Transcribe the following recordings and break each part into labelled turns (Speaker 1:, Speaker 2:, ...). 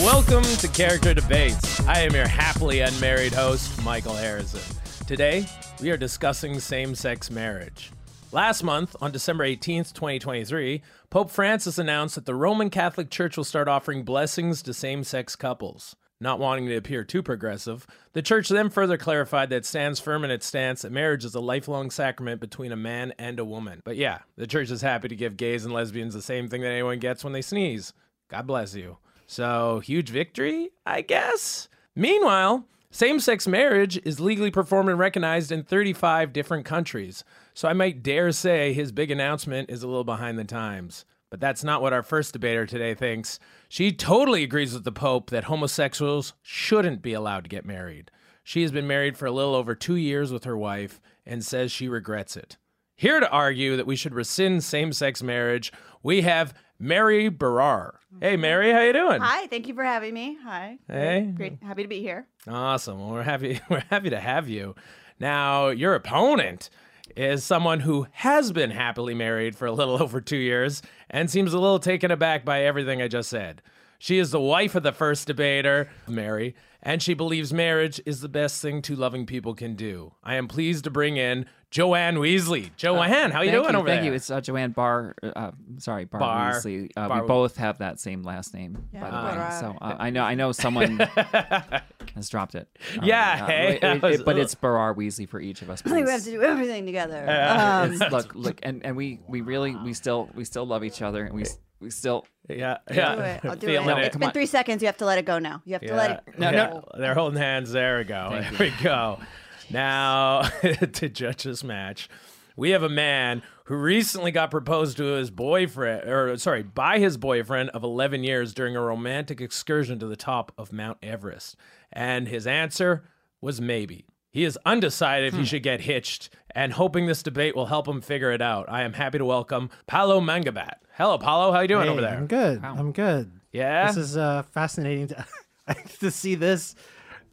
Speaker 1: Welcome to Character Debates. I am your happily unmarried host, Michael Harrison. Today, we are discussing same sex marriage. Last month, on December 18th, 2023, Pope Francis announced that the Roman Catholic Church will start offering blessings to same sex couples. Not wanting to appear too progressive, the church then further clarified that it stands firm in its stance that marriage is a lifelong sacrament between a man and a woman. But yeah, the church is happy to give gays and lesbians the same thing that anyone gets when they sneeze. God bless you. So, huge victory, I guess. Meanwhile, same sex marriage is legally performed and recognized in 35 different countries. So, I might dare say his big announcement is a little behind the times. But that's not what our first debater today thinks. She totally agrees with the Pope that homosexuals shouldn't be allowed to get married. She has been married for a little over two years with her wife and says she regrets it. Here to argue that we should rescind same-sex marriage, we have Mary Barrar. Hey, Mary, how you doing?
Speaker 2: Hi, thank you for having me. Hi.
Speaker 1: Hey.
Speaker 2: Great, happy to be here.
Speaker 1: Awesome. Well, we're happy. We're happy to have you. Now, your opponent is someone who has been happily married for a little over two years and seems a little taken aback by everything I just said. She is the wife of the first debater, Mary, and she believes marriage is the best thing two loving people can do. I am pleased to bring in Joanne Weasley. Joanne, how you
Speaker 3: Oh, Thank
Speaker 1: doing
Speaker 3: you,
Speaker 1: over
Speaker 3: thank
Speaker 1: there?
Speaker 3: you. It's uh, Joanne Barr. Uh, sorry, Barr,
Speaker 1: Barr.
Speaker 3: Weasley. Uh,
Speaker 1: Barr.
Speaker 3: We both have that same last name, by the
Speaker 2: Barr.
Speaker 3: way. So uh, I know I know someone has dropped it. already.
Speaker 1: Yeah,
Speaker 3: Uh,
Speaker 1: hey,
Speaker 3: it-
Speaker 1: I
Speaker 3: it-
Speaker 1: was-
Speaker 3: but it's Barr Weasley for each of us.
Speaker 2: I think we have
Speaker 3: please.
Speaker 2: to do everything together. um,
Speaker 3: It's- look, look, and, and we we really we still we still love each other, and we s- we still
Speaker 1: yeah,
Speaker 2: do
Speaker 1: yeah.
Speaker 2: it. I'll do
Speaker 1: Feeling
Speaker 2: it.
Speaker 1: it.
Speaker 2: It's been three seconds. You have to let it go now. You have to let it.
Speaker 1: No,
Speaker 3: No,
Speaker 1: no.
Speaker 3: no.
Speaker 1: They're holding hands. There we go.
Speaker 3: Thank
Speaker 1: there we go. Now, to judge this match, we have a man who recently got proposed to his boyfriend, or sorry, by his boyfriend of 11 years during a romantic excursion to the top of Mount Everest. And his answer was maybe. He is undecided if he should get hitched and hoping this debate will help him figure it out. I am happy to welcome Paolo Mangabat. Hello, Paolo. How you doing
Speaker 4: Hey,
Speaker 1: over there?
Speaker 4: I'm good. I'm good.
Speaker 1: Yeah.
Speaker 4: This is uh, fascinating to, to see this,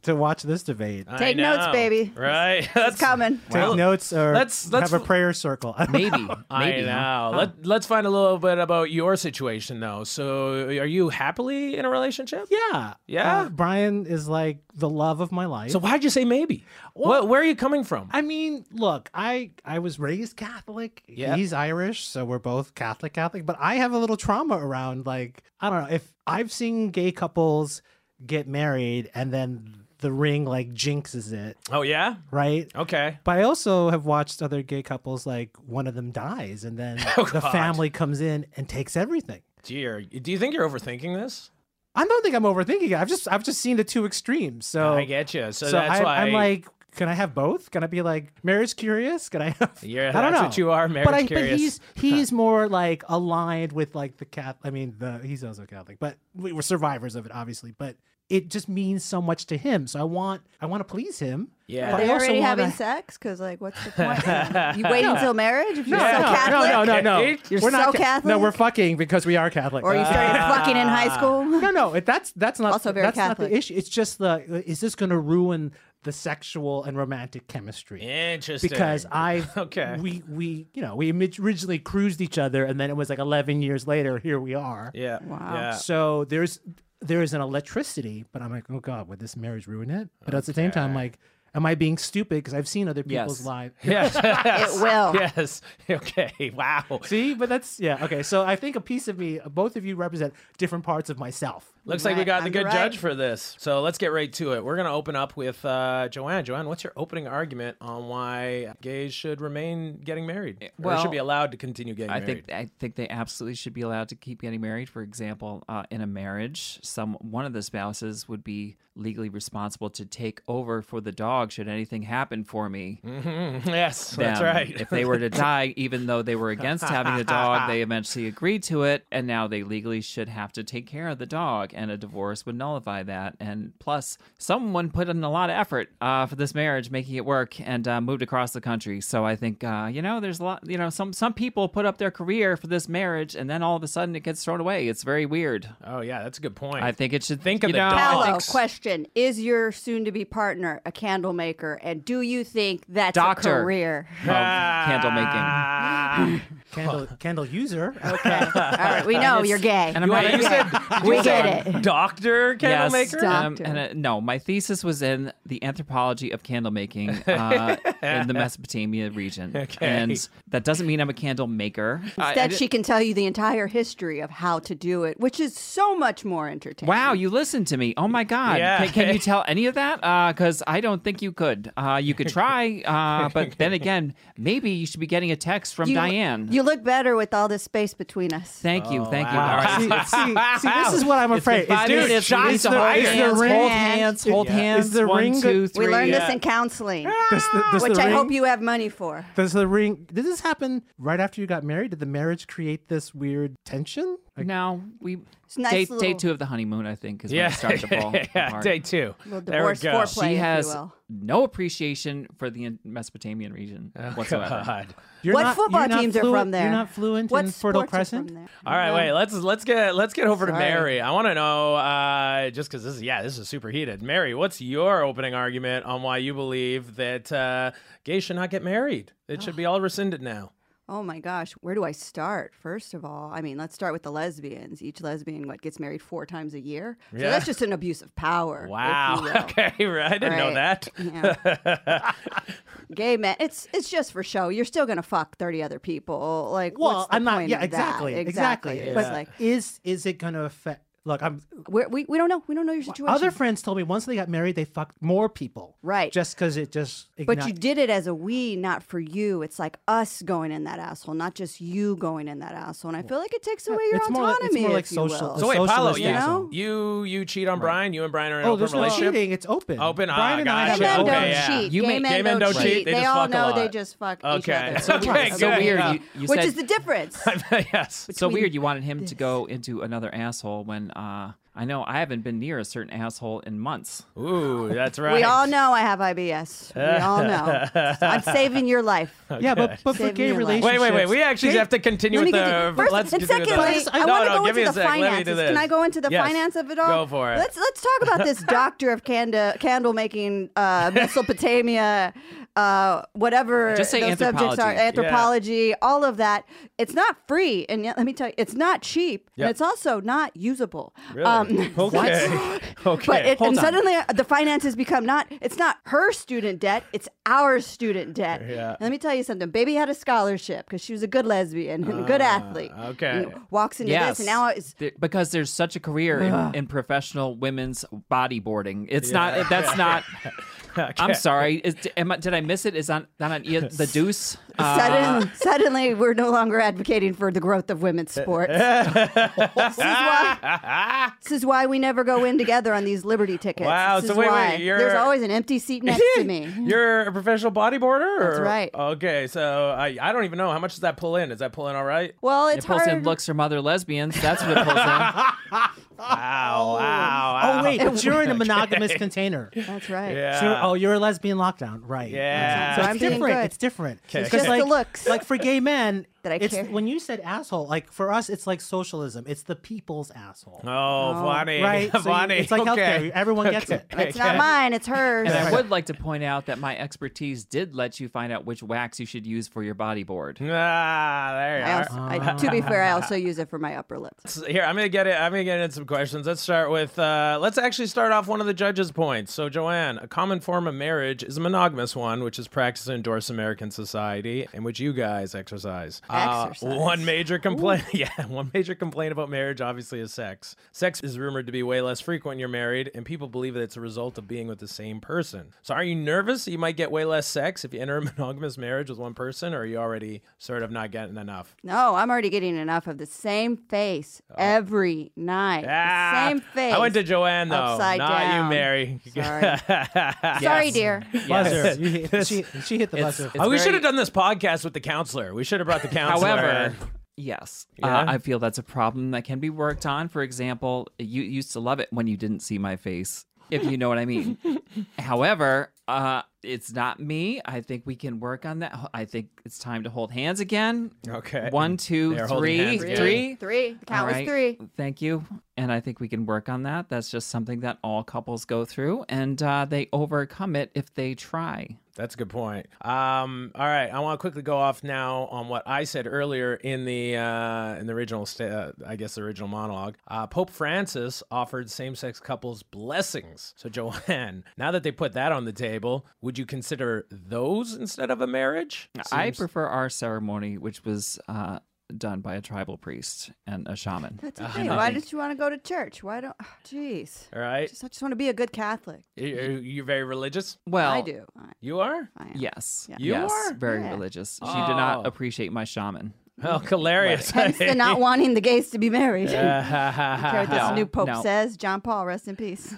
Speaker 4: to watch this debate.
Speaker 1: I
Speaker 2: Take notes,
Speaker 1: know.
Speaker 2: baby.
Speaker 1: Right. That's
Speaker 2: Coming.
Speaker 4: Take notes or
Speaker 1: let's- let's-
Speaker 4: have a prayer circle.
Speaker 3: maybe maybe.
Speaker 1: I
Speaker 3: huh?
Speaker 1: know. Let, let's find a little bit about your situation, though. So, are you happily in a relationship?
Speaker 4: yeah.
Speaker 1: Yeah.
Speaker 4: Uh, Brian is like the love of my life.
Speaker 1: So, why'd you say maybe? what, where are you coming from?
Speaker 4: I mean, look, I I was raised Catholic.
Speaker 1: Yeah.
Speaker 4: He's Irish, so we're both Catholic Catholic, but I have a little trauma around like I don't know, if I've seen gay couples get married and then the ring like jinxes it,
Speaker 1: oh, yeah?
Speaker 4: right?
Speaker 1: Okay.
Speaker 4: But I also have watched other gay couples like one of them dies and then the
Speaker 1: Oh, God.
Speaker 4: family comes in and takes everything.
Speaker 1: Dear, do you think you're overthinking this?
Speaker 4: I don't think I'm overthinking it. I've just I've just seen the two extremes. So
Speaker 1: I get you. So,
Speaker 4: so
Speaker 1: that's
Speaker 4: I,
Speaker 1: why
Speaker 4: I'm like, can I have both? Can I be like marriage curious? Can I have?
Speaker 1: Yeah,
Speaker 4: I don't
Speaker 1: that's
Speaker 4: know.
Speaker 1: what you are, marriage
Speaker 4: but I,
Speaker 1: curious.
Speaker 4: But he's he's more like aligned with like the cat. I mean, the he's also Catholic, but we were survivors of it, obviously. But it just means so much to him. So I want I want to please him.
Speaker 1: Yeah.
Speaker 4: but
Speaker 2: Are
Speaker 4: I
Speaker 2: they
Speaker 4: also
Speaker 2: already
Speaker 4: wanna-
Speaker 2: having sex? Because, like, what's the point? you wait until marriage? If you're
Speaker 4: No,
Speaker 2: so
Speaker 4: no,
Speaker 2: Catholic?
Speaker 4: no, no, no, no.
Speaker 2: You're
Speaker 4: we're
Speaker 2: so
Speaker 4: not ca-
Speaker 2: Catholic?
Speaker 4: No, we're fucking because we are Catholic. Uh,
Speaker 2: Or you started fucking in high school?
Speaker 4: no, no. It, that's that's not
Speaker 2: Also very
Speaker 4: that's not
Speaker 2: Catholic.
Speaker 4: the issue. It's just the is this going to ruin the sexual and romantic chemistry?
Speaker 1: Interesting.
Speaker 4: Because I
Speaker 1: Okay.
Speaker 4: we we you know we imag- originally cruised each other, and then it was like eleven years later. Here we are.
Speaker 1: Yeah.
Speaker 2: Wow.
Speaker 1: Yeah.
Speaker 4: So there's there is an electricity, but I'm like, oh god, would this marriage ruin it? But at the same time, like, am I being stupid? Because I've seen other people's
Speaker 3: Yes.
Speaker 4: lives.
Speaker 1: Yes.
Speaker 2: It will.
Speaker 1: Yes. Okay. Wow.
Speaker 4: See, but that's yeah. Okay, so I think a piece of me, both of you represent different parts of myself.
Speaker 1: Looks like we
Speaker 2: Right,
Speaker 1: got the
Speaker 2: I'm
Speaker 1: good
Speaker 2: right.
Speaker 1: judge for this. So let's get right to it. We're going to open up with uh, Joanne. Joanne, what's your opening argument on why gays should remain getting married? or
Speaker 3: well,
Speaker 1: should be allowed to continue getting
Speaker 3: I
Speaker 1: married?
Speaker 3: think I think they absolutely should be allowed to keep getting married. For example, uh, in a marriage, some one of the spouses would be legally responsible to take over for the dog should anything happen for me.
Speaker 1: Yes, that's
Speaker 3: them.
Speaker 1: right.
Speaker 3: if they were to die, even though they were against having a dog, they eventually agreed to it, and now they legally should have to take care of the dog, and a divorce would nullify that. And plus, someone put in a lot of effort uh, for this marriage, making it work, and uh, moved across the country. So I think uh, you know, there's a lot. You know, some some people put up their career for this marriage, and then all of a sudden it gets thrown away. It's very weird.
Speaker 1: oh yeah, that's a good point.
Speaker 3: I think it should
Speaker 1: Think
Speaker 3: you
Speaker 1: of the
Speaker 3: know,
Speaker 1: dog.
Speaker 2: Hello,
Speaker 1: Politics.
Speaker 2: question. Is your soon to be partner a candle maker? And do you think that's a
Speaker 3: Doctor.
Speaker 2: career?
Speaker 3: of candle making.
Speaker 1: Ah,
Speaker 4: Candle candle user.
Speaker 2: Okay. All right. We know
Speaker 3: it's-
Speaker 2: you're gay.
Speaker 3: and I'm
Speaker 1: Wait,
Speaker 3: not
Speaker 1: you said
Speaker 2: we
Speaker 1: you
Speaker 2: get
Speaker 1: said
Speaker 2: it.
Speaker 1: Doctor candle
Speaker 3: Yes,
Speaker 1: maker.
Speaker 2: Stop.
Speaker 3: um,
Speaker 2: Doctor.
Speaker 3: and uh, no, my thesis was in the anthropology of candle making uh, in the Mesopotamia region,
Speaker 1: Okay.
Speaker 3: and that doesn't mean I'm a candle maker. I- I
Speaker 2: Instead,
Speaker 3: didn't-
Speaker 2: she can tell you the entire history of how to do it, which is so much more entertaining.
Speaker 3: Wow, you listened to me. Oh my God.
Speaker 1: Yeah.
Speaker 3: Can, can you tell any of that? Because I don't think you could. Uh, you could try, uh, but then again, maybe you should be getting a text from
Speaker 2: You-
Speaker 3: Diane.
Speaker 2: You look better with all this space between us.
Speaker 3: Thank you. Thank you. All
Speaker 1: Oh, wow.
Speaker 3: right.
Speaker 4: see, see, see, this is what I'm afraid.
Speaker 3: Five
Speaker 1: Dude,
Speaker 3: minutes.
Speaker 1: shots
Speaker 3: We need to hold
Speaker 1: fired.
Speaker 3: hands,
Speaker 4: Is the
Speaker 3: hold
Speaker 4: ring-
Speaker 3: hands, hold
Speaker 1: Yeah.
Speaker 3: hands.
Speaker 4: Is the
Speaker 3: One,
Speaker 4: ring-
Speaker 3: two,
Speaker 2: we
Speaker 3: three.
Speaker 2: learned
Speaker 1: yeah.
Speaker 2: this in counseling,
Speaker 4: Does the, does
Speaker 2: which
Speaker 4: the
Speaker 2: I
Speaker 4: ring,
Speaker 2: hope you have money for.
Speaker 4: Does the ring? Did this happen right after you got married? Did the marriage create this weird tension? Like,
Speaker 3: No, we
Speaker 2: It's nice
Speaker 3: day, day
Speaker 2: little-
Speaker 3: two of the honeymoon. I think is when
Speaker 1: Yeah,
Speaker 3: it started to fall
Speaker 1: yeah.
Speaker 3: apart.
Speaker 1: Day two.
Speaker 2: Little
Speaker 1: There we
Speaker 2: divorce
Speaker 1: go.
Speaker 2: foreplay.
Speaker 3: She
Speaker 2: if you
Speaker 3: has
Speaker 2: will.
Speaker 3: no appreciation for the Mesopotamian region whatsoever.
Speaker 1: Oh, God.
Speaker 4: you're
Speaker 2: what
Speaker 4: not-
Speaker 2: football
Speaker 4: you're not
Speaker 2: teams are
Speaker 4: fluent-
Speaker 2: from there?
Speaker 4: You're not fluent
Speaker 2: what
Speaker 4: in Fertile
Speaker 2: sports are from
Speaker 4: Crescent.
Speaker 2: there?
Speaker 1: All right, wait. Let's let's get let's get over to
Speaker 2: Sorry.
Speaker 1: Mary. I want to know uh, just because this is yeah this is super heated. Mary, what's your opening argument on why you believe that uh, gays should not get married? It should be all rescinded now.
Speaker 2: Oh my gosh, where do I start? First of all, I mean, let's start with the lesbians. Each lesbian what gets married four times a year. So
Speaker 1: Yeah.
Speaker 2: that's just an abuse of power. if you
Speaker 1: Wow.
Speaker 2: will.
Speaker 1: Okay, right. I didn't know
Speaker 2: Right.
Speaker 1: that.
Speaker 2: Yeah. Gay men, it's it's just for show. You're still gonna fuck thirty other people. Like,
Speaker 4: Well,
Speaker 2: what's the
Speaker 4: I'm not.
Speaker 2: point
Speaker 4: Yeah,
Speaker 2: of that?
Speaker 4: exactly,
Speaker 2: exactly.
Speaker 4: exactly.
Speaker 2: It's
Speaker 4: But
Speaker 2: like
Speaker 4: is is it going to affect? Look, I'm.
Speaker 2: we're, we we don't know. We don't know your situation.
Speaker 4: Other friends told me once they got married, they fucked more people.
Speaker 2: Right.
Speaker 4: Just because it just.
Speaker 2: But
Speaker 4: igni-
Speaker 2: you did it as a we, not for you. It's like us going in that asshole, not just you going in that asshole. And I feel like it takes away your
Speaker 4: Uh, It's more
Speaker 2: autonomy.
Speaker 4: like- it's more like
Speaker 2: if you will.
Speaker 4: social-
Speaker 1: So wait,
Speaker 4: Socialist
Speaker 1: Paolo, you,
Speaker 2: You know?
Speaker 1: you you cheat on Brian. You and Brian are in an
Speaker 4: Oh,
Speaker 1: open
Speaker 4: there's no
Speaker 1: relationship.
Speaker 4: cheating. It's open.
Speaker 1: Open. ah,
Speaker 4: Brian and I
Speaker 1: gotcha.
Speaker 4: have
Speaker 2: Gay men
Speaker 4: an
Speaker 1: okay,
Speaker 2: don't
Speaker 1: yeah.
Speaker 2: cheat.
Speaker 3: You
Speaker 2: gay
Speaker 3: may-
Speaker 2: men,
Speaker 1: gay men
Speaker 2: don't,
Speaker 1: don't
Speaker 2: cheat.
Speaker 1: cheat. They
Speaker 2: They,
Speaker 1: just
Speaker 2: all
Speaker 1: fuck a
Speaker 2: know they
Speaker 1: lot.
Speaker 2: just fuck each
Speaker 1: Okay.
Speaker 2: other.
Speaker 1: It's so
Speaker 2: Yeah.
Speaker 1: weird.
Speaker 3: So
Speaker 1: Okay,
Speaker 3: weird.
Speaker 1: yeah.
Speaker 3: You, you
Speaker 2: Which
Speaker 3: said,
Speaker 2: is the difference.
Speaker 1: yes.
Speaker 3: so
Speaker 2: between
Speaker 3: weird. You wanted him to go into another asshole when uh, I know I haven't been near a certain asshole in months.
Speaker 1: Ooh, that's right.
Speaker 2: We all know I have IBS. We all know. I'm saving your life.
Speaker 4: Yeah, but but for
Speaker 2: Saving
Speaker 4: gay
Speaker 2: your life.
Speaker 4: relationships.
Speaker 1: Wait, wait, wait. We actually
Speaker 4: Gay-
Speaker 1: have to continue
Speaker 2: Let
Speaker 1: with
Speaker 2: me
Speaker 1: the.
Speaker 2: continue. First,
Speaker 1: let's
Speaker 2: and
Speaker 1: do the-
Speaker 2: secondly, I
Speaker 1: No,
Speaker 2: want to
Speaker 1: no,
Speaker 2: go
Speaker 1: give me
Speaker 2: into
Speaker 1: a
Speaker 2: the
Speaker 1: sec. Let me do
Speaker 2: finances.
Speaker 1: this.
Speaker 2: Can I go into the
Speaker 1: Yes.
Speaker 2: finance of it all?
Speaker 1: Go for it.
Speaker 2: Let's let's talk about this doctor of candle candle making uh, Mesopotamia, uh, whatever
Speaker 3: Just say
Speaker 2: those subjects are,
Speaker 3: anthropology.
Speaker 2: anthropology, all of that. It's not free, and yet let me tell you, it's not cheap,
Speaker 1: Yep.
Speaker 2: and it's also not usable. Um,
Speaker 1: Really? okay. okay.
Speaker 2: But it,
Speaker 3: hold
Speaker 2: and
Speaker 3: on.
Speaker 2: suddenly the finances become not it's not her student debt, it's our student debt.
Speaker 1: Yeah.
Speaker 2: And let me tell you something. Baby had a scholarship because she was a good lesbian and a good athlete.
Speaker 1: Ah, okay.
Speaker 2: And walks into this
Speaker 3: Yes.
Speaker 2: and now it's
Speaker 3: There- because there's such a career in, in professional women's bodyboarding. It's not. That's not. I'm sorry. Is, am I, did I miss it? Is on not on E- the Deuce? Uh,
Speaker 2: sudden,
Speaker 1: Ah.
Speaker 2: suddenly we're no longer advocating for the growth of women's sports. this, is why, this is why we never go in together on these liberty tickets.
Speaker 1: Wow,
Speaker 2: This
Speaker 1: so
Speaker 2: is
Speaker 1: wait, wait,
Speaker 2: why.
Speaker 1: you're-
Speaker 2: There's always an empty seat next to me.
Speaker 1: You're a professional bodyboarder? Or?
Speaker 2: That's right.
Speaker 1: Okay, so I, I don't even know. How much does that pull in? Is that pull in all right?
Speaker 2: Well,
Speaker 3: it
Speaker 2: it's
Speaker 3: pulls
Speaker 2: hard.
Speaker 3: in looks from other lesbians. That's what it pulls in.
Speaker 1: Wow, wow, wow.
Speaker 4: Oh wait, but you're in a monogamous container.
Speaker 2: That's right.
Speaker 1: Yeah.
Speaker 4: So, oh, you're a lesbian lockdown, right?
Speaker 1: Yeah.
Speaker 2: So
Speaker 4: So it's
Speaker 2: I'm doing
Speaker 4: different.
Speaker 2: good.
Speaker 4: It's different.
Speaker 1: It's
Speaker 4: 'Cause
Speaker 2: just
Speaker 4: like,
Speaker 2: the looks.
Speaker 4: Like for gay men,
Speaker 2: That I
Speaker 4: it's,
Speaker 2: care.
Speaker 4: when you said asshole, like for us, it's like socialism. It's the people's asshole,
Speaker 1: Oh, funny.
Speaker 4: right? So you-
Speaker 1: funny.
Speaker 4: it's like
Speaker 1: okay.
Speaker 4: healthcare. Everyone gets it.
Speaker 2: It's not mine, it's hers.
Speaker 3: And I would like to point out that my expertise did let you find out which wax you should use for your bodyboard.
Speaker 1: Ah, there you
Speaker 2: I
Speaker 1: are.
Speaker 2: also, I, to be fair, I also use it for my upper lip.
Speaker 1: So Here, I'm gonna get it. I'm gonna get in some questions. Let's start with. Uh, let's actually start off one of the judges' points. So, Joanne, a common form of marriage is a monogamous one, which is practiced in North American society, and which you guys exercise. Uh,
Speaker 2: Exercise.
Speaker 1: one major complaint. Yeah, one major complaint about marriage, obviously, is sex. Sex is rumored to be way less frequent when you're married, and people believe that it's a result of being with the same person. So, are you nervous that you might get way less sex if you enter a monogamous marriage with one person, or are you already sort of not getting enough?
Speaker 2: No, I'm already getting enough of the same face
Speaker 3: Oh.
Speaker 2: every night.
Speaker 1: Ah,
Speaker 2: the same face.
Speaker 1: I went to Joanne though,
Speaker 2: Upside
Speaker 1: not you,
Speaker 2: down.
Speaker 1: Mary.
Speaker 2: Sorry. Sorry, dear.
Speaker 4: Buzzer. You hit- she, she hit the
Speaker 3: It's-
Speaker 4: buzzer.
Speaker 3: it's-
Speaker 1: Oh, we
Speaker 3: very-
Speaker 1: should have done this podcast with the counselor. We should have brought the counselor.
Speaker 3: However, yes,
Speaker 1: Yeah?
Speaker 3: uh, I feel that's a problem that can be worked on. For example, you used to love it when you didn't see my face, if you know what I mean. However, uh, it's not me. I think we can work on that. I think it's time to hold hands again.
Speaker 1: Okay.
Speaker 3: One, two,
Speaker 1: Uh, They're holding
Speaker 3: three,
Speaker 1: hands again.
Speaker 3: three.
Speaker 2: Three. The count
Speaker 3: All
Speaker 2: was
Speaker 3: right.
Speaker 2: three.
Speaker 3: Thank you. And I think we can work on that. That's just something that all couples go through, and uh, they overcome it if they try.
Speaker 1: That's a good point. Um, all right, I want to quickly go off now on what I said earlier in the uh, in the original, sta- uh, I guess, the original monologue. Uh, Pope Francis offered same-sex couples blessings. So, Joanne, now that they put that on the table, would you consider those instead of a marriage?
Speaker 3: I prefer our ceremony, which was uh, done by a tribal priest and a shaman.
Speaker 2: That's okay. Why did you want to go to church? Why don't? oh, Jeez.
Speaker 1: All right,
Speaker 2: Just, I just want to be a good Catholic.
Speaker 1: You- you- you're very religious.
Speaker 3: Well,
Speaker 2: I do. I,
Speaker 1: You are.
Speaker 2: I am.
Speaker 3: Yes.
Speaker 2: Yeah.
Speaker 1: You
Speaker 3: yes.
Speaker 1: are?
Speaker 3: Very
Speaker 2: Yeah.
Speaker 3: religious. She did not
Speaker 1: Oh.
Speaker 3: appreciate my shaman.
Speaker 1: Oh, hilarious!
Speaker 2: Hence the not wanting the gays to be married. Care what this
Speaker 3: No,
Speaker 2: new pope
Speaker 3: no.
Speaker 2: says. John Paul, rest in peace.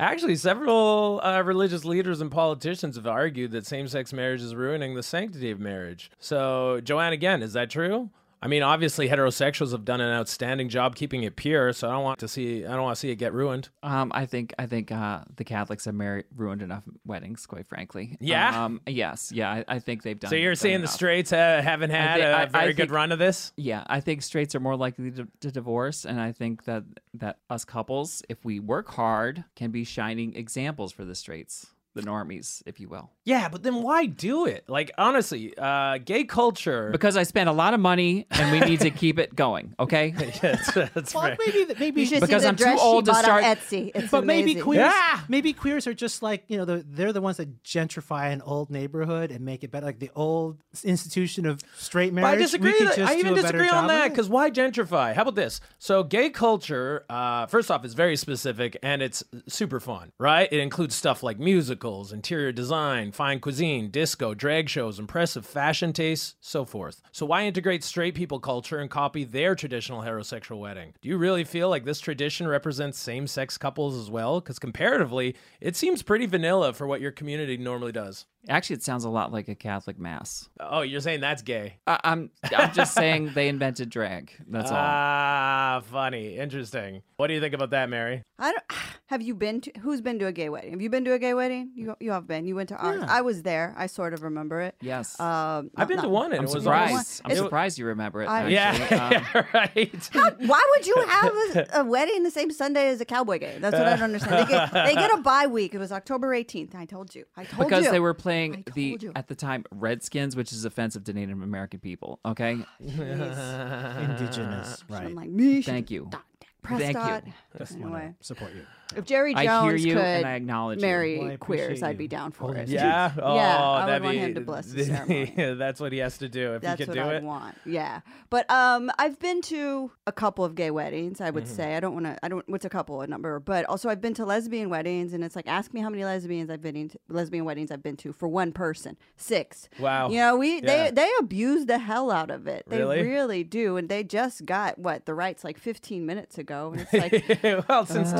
Speaker 1: Actually, several uh, religious leaders and politicians have argued that same sex marriage is ruining the sanctity of marriage. So, Joanne, again, is that true? I mean, obviously, heterosexuals have done an outstanding job keeping it pure, so I don't want to see I don't want to see it get ruined.
Speaker 3: Um, I think I think uh, the Catholics have married, ruined enough weddings, quite frankly.
Speaker 1: Yeah?
Speaker 3: Um, yes. Yeah. I, I think they've done.
Speaker 1: So you're
Speaker 3: done
Speaker 1: saying the
Speaker 3: enough.
Speaker 1: straights uh, haven't had
Speaker 3: thi-
Speaker 1: a
Speaker 3: I- I
Speaker 1: very good
Speaker 3: think-
Speaker 1: run of this?
Speaker 3: Yeah, I think straights are more likely to, to divorce, and I think that that us couples, if we work hard, can be shining examples for the straights, the normies, if you will.
Speaker 1: Yeah, but then why do it? Like honestly, uh, gay culture.
Speaker 3: Because I spent a lot of money, and we need to keep it going. Okay.
Speaker 1: that's, that's
Speaker 4: Well,
Speaker 1: fair.
Speaker 4: maybe th- maybe
Speaker 2: You should
Speaker 3: Because
Speaker 2: see the
Speaker 3: I'm too
Speaker 2: dress
Speaker 3: old
Speaker 2: she
Speaker 3: to
Speaker 2: bought
Speaker 3: start-
Speaker 2: on Etsy. It's
Speaker 4: But maybe
Speaker 2: amazing.
Speaker 4: queers,
Speaker 1: Yeah.
Speaker 4: maybe queers are just like you know the, they're the ones that gentrify an old neighborhood and make it better, like the old institution of straight
Speaker 1: But
Speaker 4: marriage.
Speaker 1: I disagree.
Speaker 4: We could
Speaker 1: that-
Speaker 4: just
Speaker 1: I
Speaker 4: do
Speaker 1: even
Speaker 4: a better
Speaker 1: disagree on
Speaker 4: job of
Speaker 1: that
Speaker 4: it.
Speaker 1: because why gentrify? How about this? So, gay culture, uh, first off, is very specific and it's super fun, right? It includes stuff like musicals, interior design, fine cuisine, disco, drag shows, impressive fashion tastes, so forth. So, why integrate straight people culture and copy their traditional heterosexual wedding? Do you really feel like this tradition represents same sex couples as well? Because comparatively, it seems pretty vanilla for what your community normally does.
Speaker 3: Actually, it sounds a lot like a Catholic mass.
Speaker 1: Oh, you're saying that's gay?
Speaker 3: I, I'm I'm just saying they invented drag. That's all.
Speaker 1: Ah, funny. Interesting. What do you think about that, Mary?
Speaker 2: I don't. Have you been to? Who's been to a gay wedding? Have you been to a gay wedding? You you have been. You went to ours. I was there. I sort of remember it.
Speaker 3: Yes.
Speaker 2: Um,
Speaker 1: I've been to one and
Speaker 3: I'm
Speaker 1: it uh, was
Speaker 3: surprised.
Speaker 1: almost-
Speaker 3: I'm
Speaker 2: It's-
Speaker 3: surprised you remember it.
Speaker 2: I-
Speaker 3: actually. Um,
Speaker 1: Yeah, right.
Speaker 2: Why would you have a, a wedding the same Sunday as a cowboy game? That's what I don't understand. They get, they get a bye week. It was October 18th. I told you. I told
Speaker 3: because
Speaker 2: you.
Speaker 3: they were
Speaker 2: I
Speaker 3: playing the
Speaker 2: told you.
Speaker 3: at the time Redskins, which is offensive to Native American people. Okay,
Speaker 2: Jeez.
Speaker 4: indigenous, right?
Speaker 2: I'm like, me.
Speaker 3: thank you. Thank you.
Speaker 2: Prescott.
Speaker 4: Just
Speaker 2: Anyway.
Speaker 4: want to support you.
Speaker 2: If Jerry Jones
Speaker 3: I hear you
Speaker 2: could
Speaker 3: and I acknowledge you.
Speaker 2: marry
Speaker 4: Well, I appreciate
Speaker 2: queers, I'd
Speaker 4: you.
Speaker 2: be down for
Speaker 4: Holding
Speaker 2: it.
Speaker 1: Yeah. Oh,
Speaker 2: Yeah, I would
Speaker 1: that'd
Speaker 2: want
Speaker 1: be,
Speaker 2: him to bless the ceremony.
Speaker 1: Yeah, that's what he has to do if
Speaker 2: That's
Speaker 1: he can
Speaker 2: what
Speaker 1: do
Speaker 2: I
Speaker 1: it.
Speaker 2: want. Yeah. But um I've been to a couple of gay weddings, I
Speaker 1: Mm-hmm.
Speaker 2: would say. I don't want to I don't what's a couple a number, but also I've been to lesbian weddings and it's like ask me how many lesbians I've been to lesbian weddings I've been to for one person. 6.
Speaker 1: Wow.
Speaker 2: You know, we
Speaker 1: Yeah.
Speaker 2: they they abuse the hell out of it. They
Speaker 1: Really?
Speaker 2: do and they just got what the rights like 15 minutes ago and it's like Ah.
Speaker 1: well, since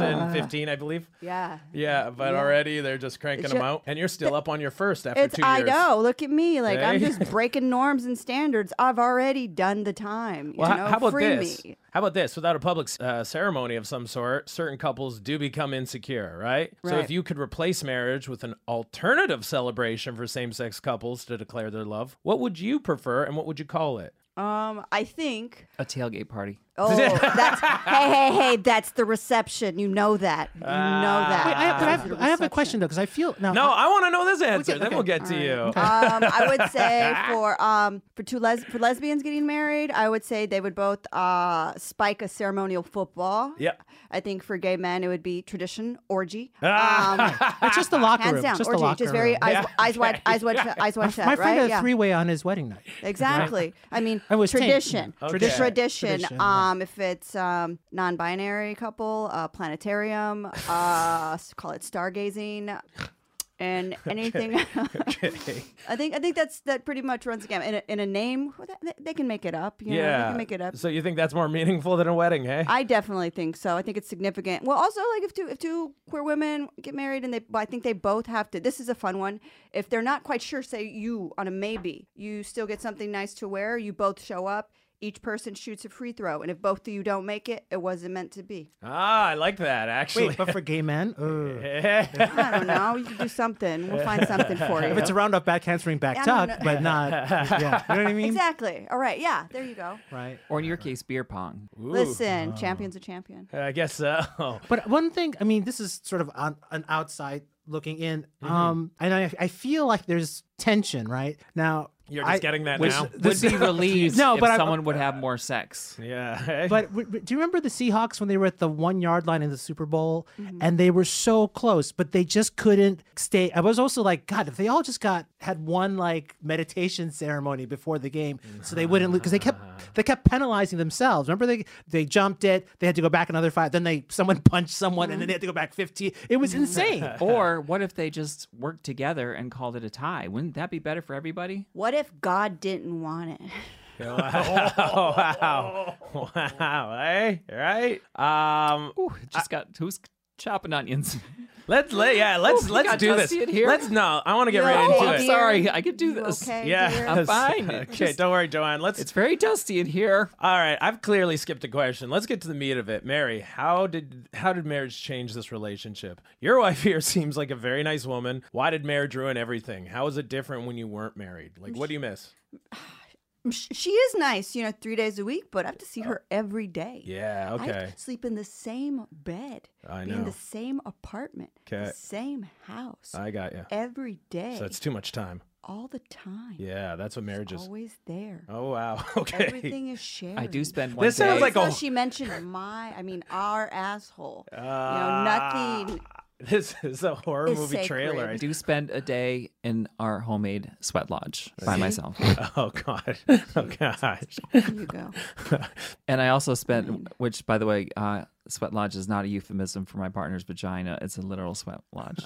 Speaker 1: 2015, I believe.
Speaker 2: yeah.
Speaker 1: Yeah, but already they're just cranking
Speaker 2: It's
Speaker 1: them
Speaker 2: ju-
Speaker 1: out, and you're still up on your first after
Speaker 2: It's
Speaker 1: two
Speaker 2: I
Speaker 1: years.
Speaker 2: know. Look at me, like I'm
Speaker 1: Hey.
Speaker 2: just breaking norms and standards. I've already done the time. You
Speaker 1: Well, h-
Speaker 2: know,
Speaker 1: how about
Speaker 2: free
Speaker 1: this?
Speaker 2: me.
Speaker 1: How about this? Without a public uh, ceremony of some sort, certain couples do become insecure, right? So if
Speaker 2: Right.
Speaker 1: you could replace marriage with an alternative celebration for same-sex couples to declare their love, what would you prefer, and what would you call it?
Speaker 2: Um, I think
Speaker 3: A tailgate party.
Speaker 2: Oh, that's hey, hey, hey! That's the reception. You know that. You know that.
Speaker 4: Ah. Wait, I, have- but I
Speaker 2: That's
Speaker 4: have,
Speaker 2: the
Speaker 4: I have a
Speaker 2: reception.
Speaker 4: question though, because I feel now.
Speaker 2: Uh,
Speaker 1: No, I want to know this answer. then
Speaker 4: okay.
Speaker 1: we'll get to you.
Speaker 2: Um, I would say for um for two les- for lesbians getting married, I would say they would both uh spike a ceremonial football.
Speaker 1: Yep.
Speaker 2: I think for gay men, it would be tradition orgy. Um,
Speaker 4: it's just the locker
Speaker 2: hands
Speaker 4: room.
Speaker 2: down,
Speaker 4: Ah. just the
Speaker 2: orgy.
Speaker 4: locker
Speaker 2: just very
Speaker 4: room.
Speaker 2: eyes, eyes wide, eyes wide, shut, eyes wide shut.
Speaker 4: My
Speaker 2: right?
Speaker 4: friend had
Speaker 2: yeah.
Speaker 4: a three-way on his wedding night.
Speaker 2: Exactly. I mean,
Speaker 4: I was taken.
Speaker 2: tradition.
Speaker 4: Okay.
Speaker 2: Tradition.
Speaker 1: Tradition.
Speaker 4: Tradition, yeah.
Speaker 2: Um, if it's um, non-binary couple, uh, planetarium, uh, s- call it stargazing, and anything. I think I think that's that pretty much runs again in a, in a name. wh- They, they can make it up. You know, they
Speaker 1: yeah.
Speaker 2: can make it up. Uh,
Speaker 1: So you think that's more meaningful than a wedding, hey?
Speaker 2: I definitely think so. I think it's significant. Well, also like if two if two queer women get married and they, well, I think they both have to. This is a fun one. If they're not quite sure, say you on a maybe, you still get something nice to wear. You both show up. Each person shoots a free throw, and if both of you don't make it, it wasn't meant to be.
Speaker 1: ah, I like that actually.
Speaker 4: Wait, but for gay men, Ugh.
Speaker 2: I don't know. You can do something. We'll find something for
Speaker 4: if it's
Speaker 2: you.
Speaker 4: a round up back handspring back
Speaker 2: I don't
Speaker 4: tuck,
Speaker 2: know.
Speaker 4: but not. Yeah, you know what I mean?
Speaker 2: Exactly. All right. Yeah. There you go.
Speaker 4: Right.
Speaker 3: Or in your case, beer pong.
Speaker 1: Ooh,
Speaker 2: Listen, champion's a champion.
Speaker 1: I guess so.
Speaker 4: But one thing, I mean, this is sort of on an outside looking in.
Speaker 1: Mm-hmm.
Speaker 4: Um, and I, I feel like there's tension right now.
Speaker 1: You're just
Speaker 4: I-
Speaker 1: getting that
Speaker 4: which-
Speaker 1: now?
Speaker 4: the
Speaker 3: Would be relieved
Speaker 4: No,
Speaker 3: if
Speaker 4: but I-
Speaker 3: someone would have more sex.
Speaker 1: Yeah.
Speaker 4: But w- w- do you remember the Seahawks when they were at the one yard line in the Super Bowl and they were so close, but they just couldn't stay? I was also like, God, if they all just got had one like meditation ceremony before the game, so they wouldn't lose because they kept they kept penalizing themselves. Remember they they jumped it, they had to go back another five, then they someone punched someone, and then they had to go back fifteen. It was
Speaker 1: Mm-hmm.
Speaker 4: insane.
Speaker 3: Or what if they just worked together and called it a tie? Wouldn't that be better for everybody?
Speaker 2: What if God didn't want it?
Speaker 1: wow. Oh, wow. Wow. Eh? Right? Um,
Speaker 3: Ooh, it just got who's chopping onions.
Speaker 1: let's let yeah, let's
Speaker 3: Ooh, we
Speaker 1: let's
Speaker 3: got
Speaker 1: do this.
Speaker 3: Dusty in here?
Speaker 1: Let's no. I want to get
Speaker 2: You're
Speaker 1: right
Speaker 2: okay,
Speaker 1: into
Speaker 3: I'm
Speaker 1: it.
Speaker 2: dear?
Speaker 3: sorry, I could do
Speaker 2: You
Speaker 3: this.
Speaker 2: okay, dear?
Speaker 1: Yeah.
Speaker 3: I'm fine. It
Speaker 1: okay,
Speaker 3: just-
Speaker 1: don't worry, Joanne. Let's
Speaker 3: It's very dusty in here.
Speaker 1: All right, I've clearly skipped a question. Let's get to the meat of it. Mary, how did how did marriage change this relationship? Your wife here seems like a very nice woman. Why did marriage ruin everything? How is it different when you weren't married? Like what do you miss?
Speaker 2: Sh- She is nice, you know, three days a week, but I have to see her every day.
Speaker 1: Oh. Yeah,
Speaker 2: I have to
Speaker 1: okay.
Speaker 2: sleep in the same bed.
Speaker 1: I
Speaker 2: Be in
Speaker 1: know.
Speaker 2: the same apartment.
Speaker 1: Okay.
Speaker 2: The same house.
Speaker 1: I got you.
Speaker 2: every day.
Speaker 1: So it's too much time.
Speaker 2: all the time.
Speaker 1: Yeah, that's what marriage is.
Speaker 2: Always there.
Speaker 1: Oh wow. Okay.
Speaker 2: Everything is shared.
Speaker 3: I do spend one
Speaker 1: This
Speaker 3: day.
Speaker 1: sounds like
Speaker 2: So
Speaker 1: a
Speaker 2: she mentioned my, I mean, our asshole.
Speaker 1: Ah,
Speaker 2: you know, nothing
Speaker 1: This is a horror
Speaker 2: is
Speaker 1: movie trailer.
Speaker 3: I
Speaker 2: sacred.
Speaker 1: I
Speaker 3: do spend a day in our homemade sweat lodge by myself.
Speaker 1: Oh god. Oh gosh.
Speaker 2: There you go.
Speaker 3: And I also
Speaker 2: Mm.
Speaker 3: spent, which by the way, uh, sweat lodge is not a euphemism for my partner's vagina. It's a literal sweat lodge.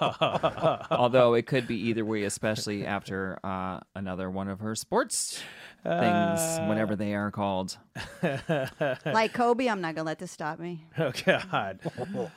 Speaker 3: Although it could be either way, especially after uh, another one of her sports things, whatever they are called.
Speaker 2: Like Kobe, I'm not gonna let this stop me.
Speaker 1: Oh God!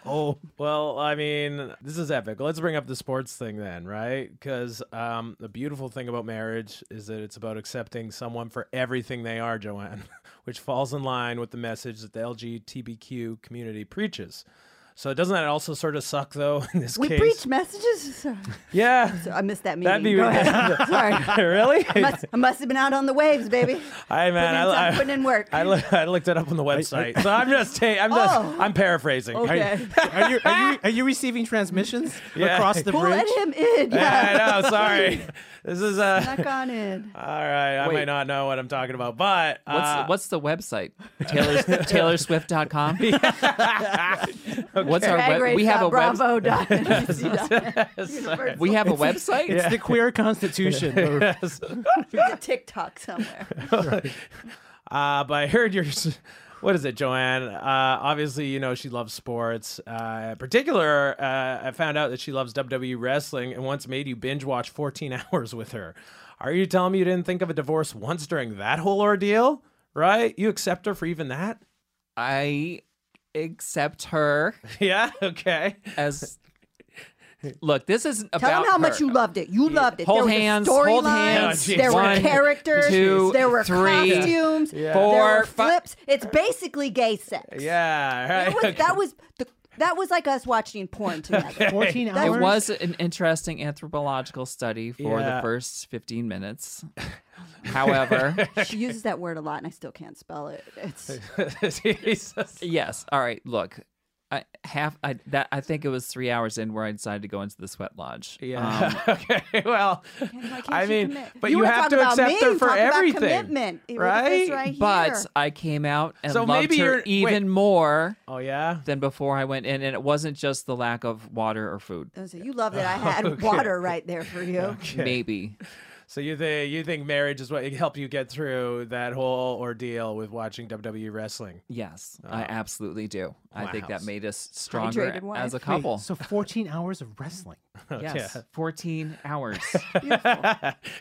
Speaker 1: oh well, I mean, this is epic. Let's bring up the sports thing then, right? Because um, the beautiful thing about marriage is that it's about accepting someone for everything they are, Joanne, which falls in line with the message that the LGBTQ community preaches. So doesn't that also sort of suck though? In this
Speaker 2: We
Speaker 1: case,
Speaker 2: preach messages. Sorry.
Speaker 1: yeah,
Speaker 2: So I missed that meeting.
Speaker 1: that'd be
Speaker 2: Go ahead. Sorry.
Speaker 1: really.
Speaker 2: Must, I must have been out on the waves, baby.
Speaker 1: Hi man,
Speaker 2: Putting in
Speaker 1: I,
Speaker 2: time, putting in work.
Speaker 1: I, look, I looked it up on the website, so I'm just ta- I'm just
Speaker 2: Oh.
Speaker 1: I'm paraphrasing.
Speaker 2: Okay.
Speaker 4: Are you are you are you receiving transmissions
Speaker 1: Yeah.
Speaker 4: across the
Speaker 2: We'll
Speaker 4: bridge?
Speaker 2: let him in. Yeah.
Speaker 1: Yeah, I know. Sorry, this is uh,
Speaker 2: Knock on in.
Speaker 1: All right, I
Speaker 3: Wait.
Speaker 1: might not know what I'm talking about, but
Speaker 3: What's,
Speaker 1: uh,
Speaker 3: what's the website? Taylor, TaylorSwift.com? What's our web? We have a website.
Speaker 2: Bravo. dot NBC dot Universal.
Speaker 3: We have a website.
Speaker 4: It's the queer constitution.
Speaker 2: There's a TikTok somewhere.
Speaker 1: uh, but I heard your what is it, Joanne? Uh, obviously, you know she loves sports. Uh, in particular, uh, I found out that she loves WWE wrestling and once made you binge watch 14 hours with her. Are you telling me you didn't think of a divorce once during that whole ordeal? Right? You accept her for even that?
Speaker 3: I accept her
Speaker 1: Yeah. Okay.
Speaker 3: as. Look, this isn't about
Speaker 2: Tell them how much
Speaker 3: her.
Speaker 2: you loved it. You loved it.
Speaker 3: Hold
Speaker 2: there
Speaker 3: hands,
Speaker 2: Was a
Speaker 3: hold
Speaker 2: storyline,
Speaker 3: hands.
Speaker 1: Oh, jeez.
Speaker 2: there
Speaker 1: One,
Speaker 2: were characters.
Speaker 3: two,
Speaker 2: there were
Speaker 3: three,
Speaker 2: costumes. there
Speaker 3: four,
Speaker 2: were
Speaker 3: fi-
Speaker 2: flips. It's basically gay sex.
Speaker 1: Yeah. Right.
Speaker 2: That was,
Speaker 1: okay.
Speaker 2: that was the, that was like us watching porn together.
Speaker 4: Fourteen
Speaker 2: That
Speaker 4: hours.
Speaker 3: It was an interesting anthropological study for
Speaker 1: Yeah.
Speaker 3: the first 15 minutes. However,
Speaker 2: she uses that word a lot, and I still can't spell it. It's
Speaker 1: Jesus.
Speaker 3: yes. All right. Look, I half I that I think it was three hours in where I decided to go into the sweat lodge.
Speaker 1: Yeah.
Speaker 3: Um,
Speaker 1: okay. Well,
Speaker 2: why can't
Speaker 1: I
Speaker 2: you
Speaker 1: mean,
Speaker 2: commit?
Speaker 1: but
Speaker 2: You
Speaker 1: you,
Speaker 2: wanna
Speaker 1: have
Speaker 2: talk
Speaker 1: to
Speaker 2: about
Speaker 1: accept
Speaker 2: me,
Speaker 1: her for
Speaker 2: talk about
Speaker 1: everything.
Speaker 2: commitment. Look at this
Speaker 1: right?
Speaker 2: right
Speaker 3: but
Speaker 2: here.
Speaker 3: I came out and
Speaker 1: So
Speaker 3: loved
Speaker 1: maybe
Speaker 3: her
Speaker 1: you're-
Speaker 3: even
Speaker 1: wait.
Speaker 3: more
Speaker 1: Oh yeah.
Speaker 3: than before I went in, and it wasn't just the lack of water or food.
Speaker 2: Those are- you love that I had water right there for you.
Speaker 3: Maybe.
Speaker 1: So you think you think marriage is what helped you get through that whole ordeal with watching WWE wrestling?
Speaker 3: Yes, I absolutely do. I think that
Speaker 1: Uh, Wow.
Speaker 3: made us stronger
Speaker 2: Hydrated wife.
Speaker 3: as a couple.
Speaker 4: So fourteen hours of wrestling.
Speaker 3: yes, 14 hours.
Speaker 2: Beautiful.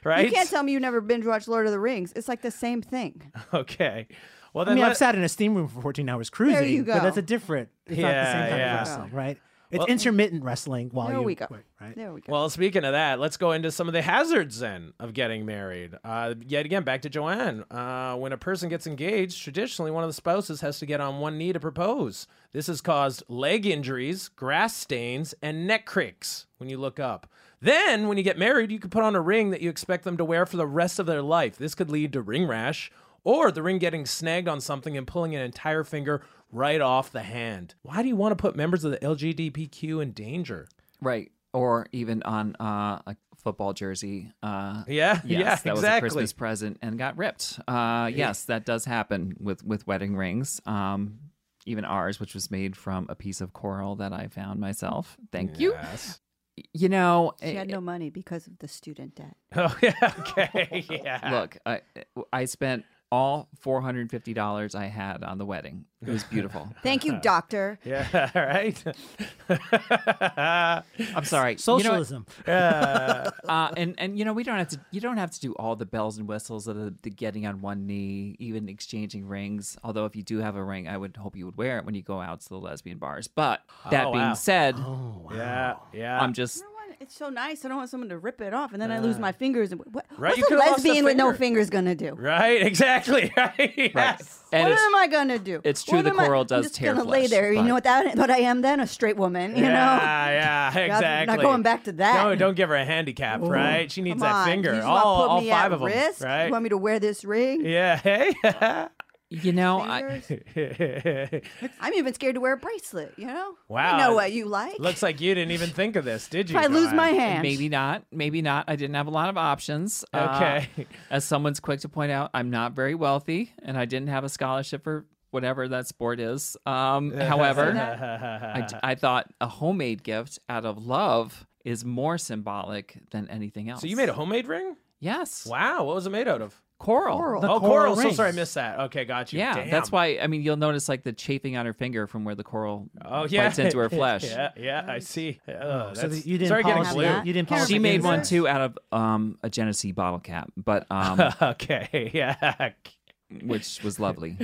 Speaker 1: Right?
Speaker 2: You can't tell me you never binge watched Lord of the Rings. It's like the same thing.
Speaker 1: okay. Well
Speaker 4: I
Speaker 1: then,
Speaker 4: mean, I've
Speaker 1: let-
Speaker 4: sat in a steam room for 14 hours cruising.
Speaker 2: you
Speaker 4: But
Speaker 2: go.
Speaker 4: that's a different. It's not the
Speaker 1: Yeah,
Speaker 4: same kind
Speaker 1: yeah.
Speaker 4: of wrestling, right? It's intermittent wrestling
Speaker 1: Oh,
Speaker 4: while
Speaker 2: There
Speaker 4: you
Speaker 2: we go.
Speaker 4: wait, right?
Speaker 2: There we go.
Speaker 1: well, speaking of that, let's go into some of the hazards then of getting married. Uh, yet again, back to Joanne. Uh, when a person gets engaged, traditionally one of the spouses has to get on one knee to propose. This has caused leg injuries, grass stains, and neck cricks when you look up. Then, when you get married, you can put on a ring that you expect them to wear for the rest of their life. This could lead to ring rash or the ring getting snagged on something and pulling an entire finger right off the hand. Why do you want to put members of the LGBTQ in danger?
Speaker 3: Right. Or even on uh, a football jersey. Uh,
Speaker 1: Yeah,
Speaker 3: yes,
Speaker 1: yeah,
Speaker 3: that was a
Speaker 1: exactly.
Speaker 3: Christmas present and got ripped. Uh, yes, that does happen with with wedding rings. Um, even ours, which was made from a piece of coral that I found myself. Thank
Speaker 1: Yes.
Speaker 3: you. You know,
Speaker 2: She had
Speaker 3: eh,
Speaker 2: no money because of the student debt.
Speaker 1: Oh yeah. Okay. Yeah.
Speaker 3: eh, look, I I spent all four hundred fifty dollars I had on the wedding. It was beautiful.
Speaker 2: Thank you, doctor.
Speaker 1: Yeah. All right.
Speaker 3: I'm sorry. You know what?
Speaker 4: Socialism.
Speaker 1: Yeah.
Speaker 3: uh, and and you know we don't have to you don't have to do all the bells and whistles of the, the getting on one knee, even exchanging rings. Although if you do have a ring, I would hope you would wear it when you go out to the lesbian bars. But that
Speaker 1: Oh,
Speaker 3: being
Speaker 1: wow.
Speaker 3: said,
Speaker 4: oh, wow.
Speaker 1: yeah. Yeah.
Speaker 3: I'm just
Speaker 2: I don't want- It's so nice. I don't want someone to rip it off, and then I lose my fingers. And what,
Speaker 1: Uh. Right, you
Speaker 2: What's a
Speaker 1: could've lost a
Speaker 2: lesbian with no
Speaker 1: finger.
Speaker 2: fingers gonna do?
Speaker 1: right. Exactly. Right.
Speaker 3: right.
Speaker 1: Yes.
Speaker 3: and
Speaker 2: what
Speaker 3: it's,
Speaker 2: am I gonna do?
Speaker 3: it's true
Speaker 2: What
Speaker 3: the
Speaker 2: am I-
Speaker 3: coral
Speaker 2: I'm
Speaker 3: does
Speaker 2: just
Speaker 3: tear
Speaker 2: gonna lay
Speaker 3: flesh,
Speaker 2: there. You
Speaker 3: but-
Speaker 2: know what that? What I am then? A straight woman. You know.
Speaker 1: Yeah. Yeah.
Speaker 2: I'm
Speaker 1: Exactly.
Speaker 2: not going back to that.
Speaker 1: No, don't give her a handicap. Right. She needs
Speaker 2: Come
Speaker 1: that
Speaker 2: on.
Speaker 1: finger.
Speaker 2: You just wanna
Speaker 1: all
Speaker 2: put
Speaker 1: all
Speaker 2: me
Speaker 1: five
Speaker 2: at
Speaker 1: of them.
Speaker 2: risk?
Speaker 1: Right.
Speaker 2: You want me to wear this ring?
Speaker 1: yeah. Hey.
Speaker 3: you know I,
Speaker 2: Fingers? I'm even scared to wear a bracelet. You know.
Speaker 1: Wow.
Speaker 2: I know what you like.
Speaker 1: Looks like you didn't even think of this, did you?
Speaker 2: if I lose
Speaker 1: Joanne?
Speaker 2: my hand,
Speaker 3: maybe not, maybe not. I didn't have a lot of options. Uh,
Speaker 1: Okay.
Speaker 3: as someone's quick to point out, I'm not very wealthy, and I didn't have a scholarship for whatever that sport is. Um, however. I, d- I thought a homemade gift out of love is more symbolic than anything else.
Speaker 1: so you made a homemade ring?
Speaker 3: yes
Speaker 1: Wow. What was it made out of?
Speaker 3: coral.
Speaker 2: Coral.
Speaker 4: The
Speaker 1: oh, coral.
Speaker 4: coral
Speaker 1: So sorry, I
Speaker 4: rings.
Speaker 1: missed that. Okay, got you.
Speaker 3: Yeah,
Speaker 1: Damn.
Speaker 3: that's why. I mean, you'll notice like the chafing on her finger from where the coral
Speaker 1: Oh yeah,
Speaker 3: bites into her flesh.
Speaker 1: yeah, yeah, I see. Oh,
Speaker 4: So
Speaker 1: that's-
Speaker 4: that you didn't
Speaker 1: sorry, getting
Speaker 4: polish-
Speaker 1: blue.
Speaker 2: that.
Speaker 4: You didn't
Speaker 2: She
Speaker 4: polish
Speaker 3: She
Speaker 4: it
Speaker 3: made
Speaker 4: against
Speaker 3: one
Speaker 4: it?
Speaker 3: too out of um, a Genesee bottle cap, but um,
Speaker 1: okay, yeah.
Speaker 3: which was lovely.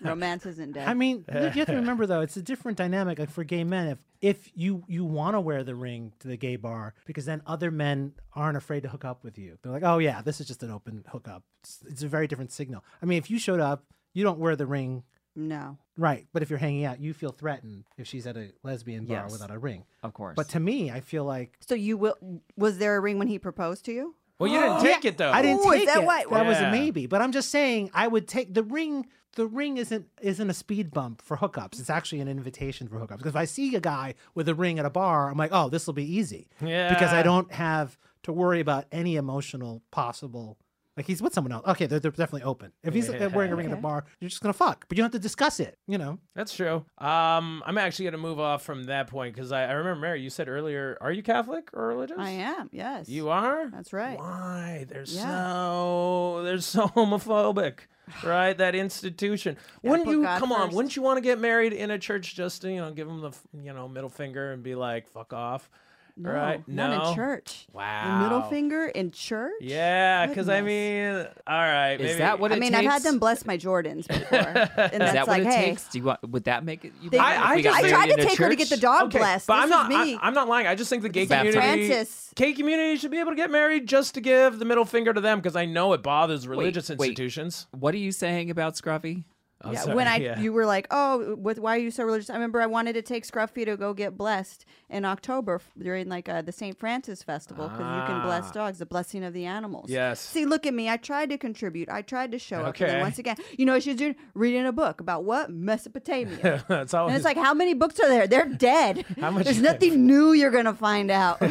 Speaker 2: romance isn't dead.
Speaker 4: I mean, you you have to remember though, it's a different dynamic like for gay men. If if you you want to wear the ring to the gay bar, because then other men aren't afraid to hook up with you. They're like, oh yeah, this is just an open hookup. It's, it's a very different signal. I mean, if you showed up, you don't wear the ring,
Speaker 2: no.
Speaker 4: right? But if you're hanging out, you feel threatened if she's at a lesbian bar
Speaker 3: Yes.
Speaker 4: without a ring.
Speaker 3: Of course.
Speaker 4: But to me, I feel like
Speaker 2: So you will? Was there a ring when he proposed to you?
Speaker 1: Well, you didn't take it though.
Speaker 4: Oh, I didn't
Speaker 2: Ooh, is
Speaker 4: take
Speaker 2: that
Speaker 4: it.
Speaker 2: why-
Speaker 4: That was
Speaker 1: Yeah.
Speaker 4: a maybe. But I'm just saying, I would take the ring. The ring isn't isn't a speed bump for hookups. It's actually an invitation for hookups. Because if I see a guy with a ring at a bar, I'm like, oh, this will be easy. Because
Speaker 1: Yeah.
Speaker 4: I don't have to worry about any emotional possible. Like he's with someone else. Okay, they're, they're definitely open. If he's uh,
Speaker 1: Yeah.
Speaker 4: wearing a ring at
Speaker 2: Okay.
Speaker 4: a bar, you're just gonna fuck, but you don't have to discuss it. You know.
Speaker 1: That's true. Um, I'm actually gonna move off from that point because I, I remember Mary. You said earlier, are you Catholic or religious?
Speaker 2: I am. Yes.
Speaker 1: You are.
Speaker 2: That's right.
Speaker 1: Why? They're
Speaker 2: Yeah.
Speaker 1: so they're so homophobic, right? That institution. Wouldn't
Speaker 2: put
Speaker 1: you
Speaker 2: God
Speaker 1: come on?
Speaker 2: first.
Speaker 1: Wouldn't you want to get married in a church just to you know give them the f- you know middle finger and be like fuck off,
Speaker 2: No,
Speaker 1: right?
Speaker 2: Oh, Not
Speaker 1: no.
Speaker 2: in church.
Speaker 1: Wow.
Speaker 2: The middle finger in church.
Speaker 1: Yeah, because I mean, all right.
Speaker 3: is
Speaker 1: maybe-
Speaker 3: that what
Speaker 2: I
Speaker 3: it
Speaker 2: mean, I've had
Speaker 3: takes?
Speaker 2: them bless my Jordans before, and
Speaker 3: Is
Speaker 2: that's
Speaker 3: that what
Speaker 2: like,
Speaker 3: it
Speaker 2: hey,
Speaker 3: takes? Do you want? Would that make it? You
Speaker 2: They-
Speaker 3: mind if
Speaker 1: I- I
Speaker 3: we got
Speaker 1: just-
Speaker 2: I
Speaker 1: Married
Speaker 2: tried to
Speaker 3: married in a
Speaker 2: take her to get the
Speaker 3: church?
Speaker 2: dog
Speaker 1: Okay,
Speaker 2: blessed.
Speaker 1: but
Speaker 2: this
Speaker 1: I'm not.
Speaker 2: is me.
Speaker 1: I, am not lying. I just think the gay
Speaker 3: Baptist.
Speaker 1: community,
Speaker 2: Francis.
Speaker 1: gay community, should be able to get married just to give the middle finger to them because I know it bothers religious
Speaker 3: wait.
Speaker 1: institutions.
Speaker 3: What are you saying about Scruffy?
Speaker 1: Oh,
Speaker 2: yeah,
Speaker 1: sorry,
Speaker 2: when I
Speaker 1: yeah.
Speaker 2: you were like, oh, with, why are you so religious? I remember I wanted to take Scruffy to go get blessed in October f- during like uh, the St. Francis festival because you can bless
Speaker 1: Ah.
Speaker 2: dogs, the blessing of the animals.
Speaker 1: Yes.
Speaker 2: See, look at me. I tried to contribute. I tried to show up. And
Speaker 1: Okay.
Speaker 2: then once again, you know, what she's doing reading a book about what Mesopotamia.
Speaker 1: it's always
Speaker 2: And it's like, how many books are there? They're dead.
Speaker 1: How much-
Speaker 2: There's nothing new you're gonna find out.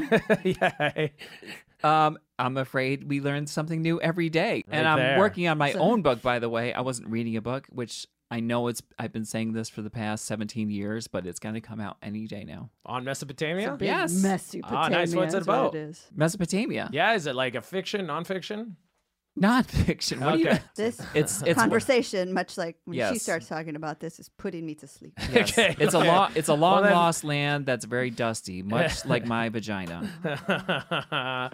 Speaker 1: yeah.
Speaker 3: Um, I'm afraid we learn something new every day,
Speaker 1: Right
Speaker 3: and I'm
Speaker 1: there.
Speaker 3: working on my
Speaker 2: So-
Speaker 3: own book. By the way, I wasn't reading a book, which I know it's. I've been saying this for the past 17 years, but it's going to come out any day now.
Speaker 1: on Mesopotamia.
Speaker 3: big- Yes.
Speaker 2: Mesopotamia.
Speaker 1: Ah, nice. What's it
Speaker 2: that's what
Speaker 1: about?
Speaker 2: it is.
Speaker 3: Mesopotamia,
Speaker 1: Yeah, is it like a fiction, nonfiction?
Speaker 3: nonfiction. What do you?
Speaker 1: Okay.
Speaker 2: This
Speaker 3: It's it's
Speaker 2: conversation, much like when she
Speaker 3: Yes.
Speaker 2: starts talking about this, is putting me to sleep.
Speaker 3: yes.
Speaker 1: Okay,
Speaker 3: It's a
Speaker 1: okay.
Speaker 3: lo- It's a
Speaker 1: Well,
Speaker 3: long
Speaker 1: then-
Speaker 3: lost land that's very dusty, much like my vagina.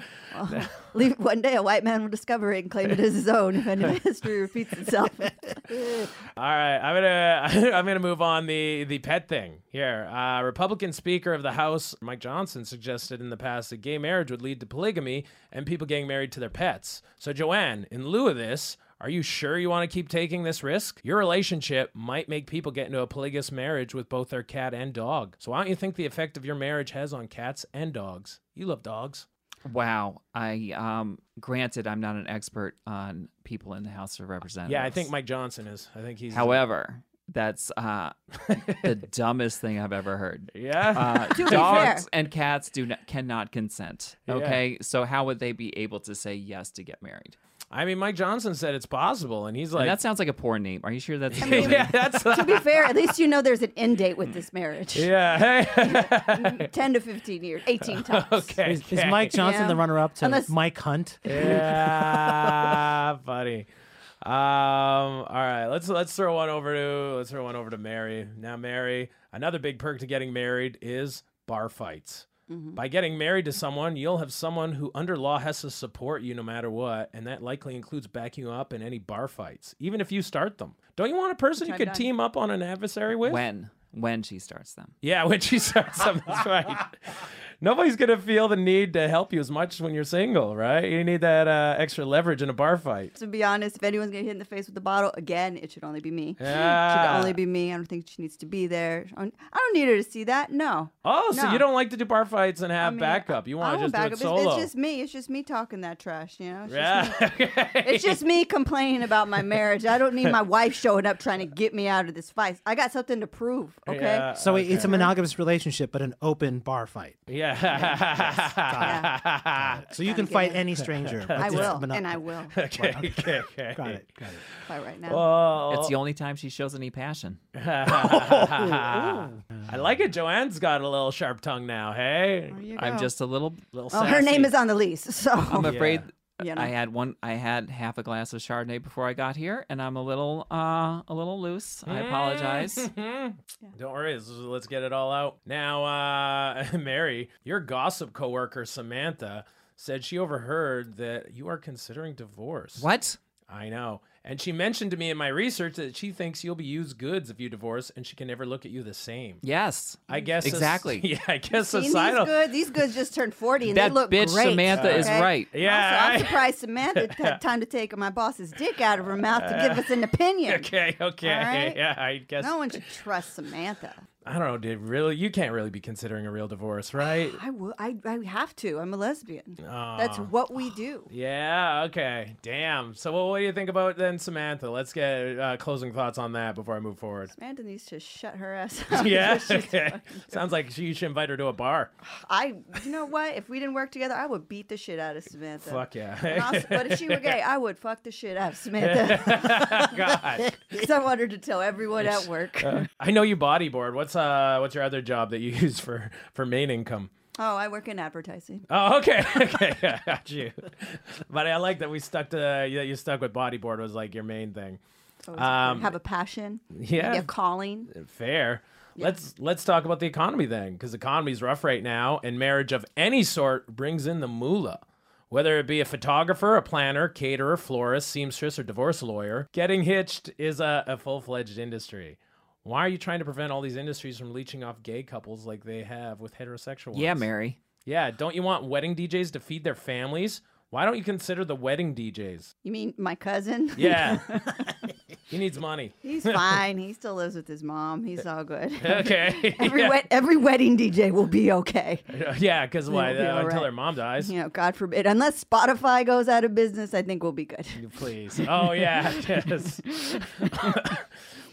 Speaker 2: Leave, one day a white man will discover it and claim it as his own if any history repeats itself.
Speaker 1: All right, I'm gonna I'm gonna move on the the pet thing here. Uh, Republican Speaker of the House Mike Johnson suggested in the past that gay marriage would lead to polygamy and people getting married to their pets. So Joanne, in lieu of this, are you sure you want to keep taking this risk? Your relationship might make people get into a polygamous marriage with both their cat and dog. So why don't you think the effect of your marriage has on cats and dogs? You love dogs.
Speaker 3: Wow. I um. Granted, I'm not an expert on people in the House of Representatives.
Speaker 1: Yeah, I think Mike Johnson is. I think he's
Speaker 3: However, That's uh, the dumbest thing I've ever heard.
Speaker 1: Yeah.
Speaker 3: Uh,
Speaker 2: To be
Speaker 3: dogs
Speaker 2: fair.
Speaker 3: and cats do not, cannot consent.
Speaker 1: Yeah.
Speaker 3: Okay, so how would they be able to say yes to get married?
Speaker 1: I mean, Mike Johnson said it's possible, and he's
Speaker 3: And
Speaker 1: like,
Speaker 3: that sounds like a porn name. Are you sure that's?
Speaker 1: yeah, that's
Speaker 2: to be fair, at least you know there's an end date with this marriage.
Speaker 1: yeah. Hey.
Speaker 2: 10 to 15 years, 18 times.
Speaker 1: okay.
Speaker 4: Is, is Mike Johnson
Speaker 2: Yeah.
Speaker 4: the runner-up to
Speaker 2: Unless-
Speaker 4: Mike Hunt?
Speaker 1: yeah, buddy. Um, all right, let's let's throw one over to let's throw one over to Mary. Now, Mary, another big perk to getting married is bar fights.
Speaker 2: Mm-hmm.
Speaker 1: By getting married to someone, you'll have someone who under law has to support you no matter what, and that likely includes backing you up in any bar fights, even if you start them. Don't you want a person you
Speaker 2: I've
Speaker 1: could
Speaker 2: done.
Speaker 1: team up on an adversary with?
Speaker 3: when when she starts them.
Speaker 1: Yeah, when she starts them, that's right. Nobody's gonna feel the need to help you as much when you're single, right? You need that uh, extra leverage in a bar fight.
Speaker 2: To be honest, if anyone's going to hit in the face with the bottle, again, it should only be me. It
Speaker 1: Yeah.
Speaker 2: should only be me. I don't think she needs to be there. I don't I don't need her to see that. No.
Speaker 1: Oh, so
Speaker 2: No.
Speaker 1: you don't like to do bar fights and have
Speaker 2: I mean,
Speaker 1: backup? You
Speaker 2: I
Speaker 1: want to
Speaker 2: don't
Speaker 1: just do
Speaker 2: back
Speaker 1: it
Speaker 2: up. It's-
Speaker 1: solo?
Speaker 2: It's, just me. It's just me talking that trash, you know? It's, just,
Speaker 1: yeah.
Speaker 2: me, it's just me complaining about my marriage. I don't need my wife showing up trying to get me out of this fight. I got something to prove, okay?
Speaker 1: Yeah,
Speaker 4: So
Speaker 1: okay.
Speaker 4: it's a monogamous relationship, but an open bar fight.
Speaker 1: yeah.
Speaker 4: So you
Speaker 2: Kinda
Speaker 4: can
Speaker 2: get
Speaker 4: fight
Speaker 2: it.
Speaker 4: any stranger. but
Speaker 2: I
Speaker 4: it's a
Speaker 2: will,
Speaker 4: mono-
Speaker 2: and I will
Speaker 1: okay, okay, okay.
Speaker 4: Got it. Got it.
Speaker 2: fight right now.
Speaker 1: Oh,
Speaker 3: It's the only time she shows any passion.
Speaker 1: I like it. Joanne's got a little sharp tongue now. Hey,
Speaker 2: There you
Speaker 3: I'm
Speaker 2: go.
Speaker 3: just a little.
Speaker 1: little.
Speaker 2: Well, her
Speaker 1: sassy.
Speaker 2: name is on the lease, so
Speaker 3: I'm afraid
Speaker 2: you know.
Speaker 3: I had one. I had half a glass of Chardonnay before I got here, and I'm a little uh a little loose. I apologize.
Speaker 1: Don't worry, this is- let's get it all out. Now, uh, Mary, your gossip coworker Samantha said she overheard that you are considering divorce.
Speaker 3: what?
Speaker 1: I know. And she mentioned to me in my research that she thinks you'll be used goods if you divorce and she can never look at you the same.
Speaker 3: Yes.
Speaker 1: I
Speaker 2: Mm.
Speaker 1: guess as-
Speaker 3: Exactly.
Speaker 1: yeah, I guess
Speaker 2: Seen
Speaker 1: societal.
Speaker 2: These goods, these goods just turned forty, and
Speaker 3: that
Speaker 2: they look
Speaker 3: bitch
Speaker 2: great.
Speaker 3: Samantha is
Speaker 2: okay?
Speaker 3: right.
Speaker 1: Yeah,
Speaker 2: Also, I'm
Speaker 1: I-
Speaker 2: surprised Samantha had time to take my boss's dick out of her mouth to give us an opinion.
Speaker 1: Okay, okay.
Speaker 2: All right.
Speaker 1: Yeah, I guess.
Speaker 2: No one should trust Samantha.
Speaker 1: I don't know, dude. Really, you can't really be considering a real divorce, right?
Speaker 2: I will. I, I have to. I'm a lesbian. That's what we do.
Speaker 1: Yeah. Okay. Damn. So, what, what do you think about then, Samantha? Let's get uh, closing thoughts on that before I move forward.
Speaker 2: Amanda needs to shut her ass up.
Speaker 1: Yeah.
Speaker 2: She's-
Speaker 1: Okay. Sounds like she, you should invite her to a bar.
Speaker 2: I. You know what? If we didn't work together, I would beat the shit out of Samantha.
Speaker 1: Fuck
Speaker 2: And
Speaker 1: yeah.
Speaker 2: also- but if she were gay, I would fuck the shit out of Samantha
Speaker 1: God.
Speaker 2: because I want her to tell everyone at work.
Speaker 1: I know you bodyboard. What's uh What's your other job that you use for for main income?
Speaker 2: Oh, I work in advertising.
Speaker 1: Oh, okay. okay. I got you. But I like that we stuck to that you stuck with bodyboard was like your main thing.
Speaker 2: It's always important.
Speaker 1: Um,
Speaker 2: have a passion.
Speaker 1: yeah.
Speaker 2: Maybe a calling.
Speaker 1: Fair. Let's let's talk about the economy then, because the economy's rough right now, and marriage of any sort brings in the moolah. Whether it be a photographer, a planner, caterer, florist, seamstress, or divorce lawyer, getting hitched is a, a full fledged industry. Why are you trying to prevent all these industries from leeching off gay couples like they have with heterosexual ones?
Speaker 3: Yeah, Mary.
Speaker 1: Yeah, don't you want wedding DJs to feed their families? Why don't you consider the wedding DJs?
Speaker 2: You mean my cousin?
Speaker 1: Yeah. he needs money.
Speaker 2: He's fine. He still lives with his mom. He's all good.
Speaker 1: Okay.
Speaker 2: Every, wed- every wedding DJ will be okay.
Speaker 1: Yeah, because why?
Speaker 2: It'll be
Speaker 1: uh,
Speaker 2: all
Speaker 1: Until
Speaker 2: right.
Speaker 1: their mom dies.
Speaker 2: You know, God forbid. Unless Spotify goes out of business, I think we'll be good.
Speaker 1: Please. Oh yeah. yes.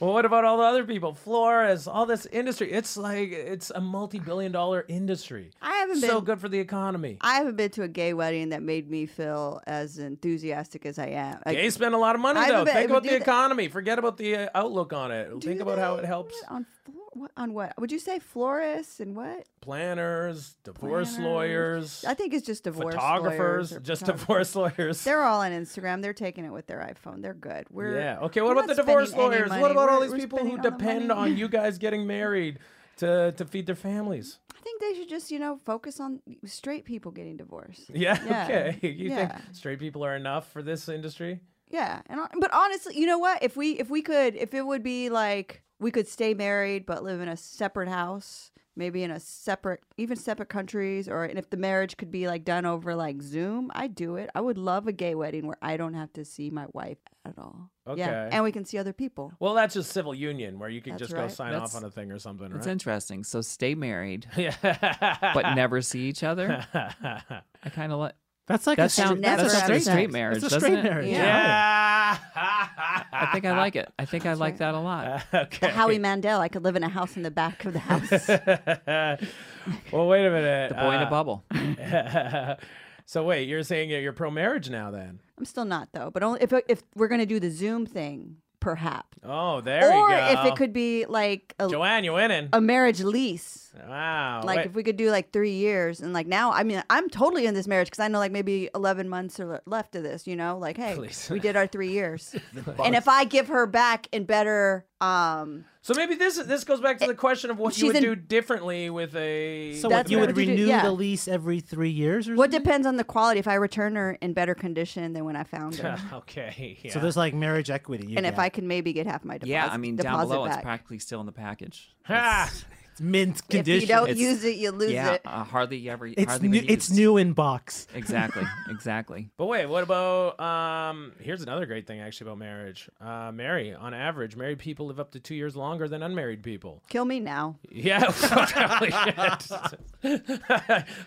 Speaker 1: well, what about all the other people? Florists, all this industry. It's like it's a multi-billion-dollar industry.
Speaker 2: I haven't
Speaker 1: so
Speaker 2: been.
Speaker 1: good for the economy.
Speaker 2: I haven't been to a gay wedding that made me feel as enthusiastic as I am. Like,
Speaker 1: They spend a lot of money
Speaker 2: I
Speaker 1: though.
Speaker 2: bet-
Speaker 1: Think
Speaker 2: but
Speaker 1: about
Speaker 2: do
Speaker 1: the
Speaker 2: they-
Speaker 1: economy. Forget about the uh, outlook on it.
Speaker 2: do
Speaker 1: Think about how
Speaker 2: they-
Speaker 1: it helps
Speaker 2: what, on floor, what, on what? Would you say florists and what?
Speaker 1: planners, divorce
Speaker 2: Planners.
Speaker 1: lawyers,
Speaker 2: I think it's just divorce
Speaker 1: photographers,
Speaker 2: lawyers or
Speaker 1: just
Speaker 2: photographers.
Speaker 1: divorce lawyers.
Speaker 2: They're all on Instagram. They're taking it with their iPhone. They're good. We're
Speaker 1: Yeah. Okay.
Speaker 2: we're
Speaker 1: What about the
Speaker 2: not
Speaker 1: divorce
Speaker 2: spending any
Speaker 1: lawyers? What
Speaker 2: money.
Speaker 1: about all
Speaker 2: We're-
Speaker 1: these
Speaker 2: we're
Speaker 1: people who
Speaker 2: spending all the
Speaker 1: depend
Speaker 2: money.
Speaker 1: on you guys getting married to to feed their families?
Speaker 2: I think they should just, you know, focus on straight people getting divorced.
Speaker 1: Yeah.
Speaker 2: Yeah.
Speaker 1: Okay. You
Speaker 2: Yeah.
Speaker 1: think straight people are enough for this industry?
Speaker 2: Yeah, and hon- but honestly, you know what? If we if we could, if it would be like we could stay married but live in a separate house, maybe in a separate, even separate countries, or and if the marriage could be like done over like Zoom, I'd do it. I would love a gay wedding where I don't have to see my wife at all.
Speaker 1: Okay.
Speaker 2: Yeah, and we can see other people.
Speaker 1: Well, that's just civil union where you could
Speaker 2: That's
Speaker 1: just go
Speaker 2: right.
Speaker 1: sign
Speaker 3: That's-
Speaker 1: off on a thing or something,
Speaker 3: It's
Speaker 1: right?
Speaker 3: interesting. So stay married,
Speaker 1: yeah.
Speaker 3: but never see each other. I kind of like.
Speaker 4: That's like
Speaker 3: That
Speaker 4: a straight,
Speaker 3: sounds
Speaker 2: never
Speaker 3: that's a
Speaker 2: have
Speaker 3: straight,
Speaker 2: sex.
Speaker 3: straight marriage,
Speaker 4: It's a
Speaker 3: doesn't
Speaker 4: straight
Speaker 3: it?
Speaker 4: marriage.
Speaker 2: Yeah.
Speaker 3: I think I like it. I think I like that a lot.
Speaker 2: A
Speaker 1: okay.
Speaker 2: Howie Mandel, I could live in a house in the back of the house.
Speaker 1: well, wait a minute.
Speaker 3: The boy in a bubble.
Speaker 1: bubble. so wait, you're saying that you're pro marriage now then?
Speaker 2: I'm still not though, but only if if we're gonna do the Zoom thing, perhaps,
Speaker 1: Oh, there
Speaker 2: or
Speaker 1: you go.
Speaker 2: if it could be like a,
Speaker 1: Joanne, you winning?
Speaker 2: a marriage lease.
Speaker 3: Oh,
Speaker 1: wow.
Speaker 2: Like
Speaker 1: wait.
Speaker 2: if we could do like three years, and like now, I mean, I'm totally in this marriage because I know like maybe 11 months are le- left of this. You know, like hey,
Speaker 1: Please.
Speaker 2: we did our three years, and if I give her back in better, um,
Speaker 1: so maybe this this goes back to the question of what you
Speaker 2: Eh, She's
Speaker 1: would
Speaker 2: in-
Speaker 1: do differently with a.
Speaker 4: So
Speaker 2: That's
Speaker 4: what, you
Speaker 2: what
Speaker 4: would
Speaker 2: we do,
Speaker 4: renew
Speaker 2: yeah.
Speaker 4: the lease every three years or
Speaker 2: what
Speaker 4: something?
Speaker 2: depends on the quality. If I return her in better condition than when I found her,
Speaker 1: okay. Yeah.
Speaker 4: So there's like marriage equity. You
Speaker 2: and if
Speaker 4: get.
Speaker 2: I can maybe get half my deposit,
Speaker 3: Yeah, I mean, down
Speaker 2: deposit
Speaker 3: below,
Speaker 2: back.
Speaker 3: it's practically still in the package.
Speaker 1: Ah,
Speaker 4: it's mint
Speaker 2: if
Speaker 4: condition.
Speaker 2: you don't
Speaker 3: It's-
Speaker 2: use it, you lose
Speaker 3: yeah,
Speaker 2: it.
Speaker 3: uh, hardly ever.
Speaker 4: it's
Speaker 3: hardly
Speaker 4: new.
Speaker 3: been
Speaker 4: It's
Speaker 3: used.
Speaker 4: new in box.
Speaker 3: Exactly. Exactly.
Speaker 1: But wait, what about um here's another great thing actually about marriage. Uh marry, on average, married people live up to two years longer than unmarried people.
Speaker 2: Kill me now.
Speaker 1: Yeah. holy shit.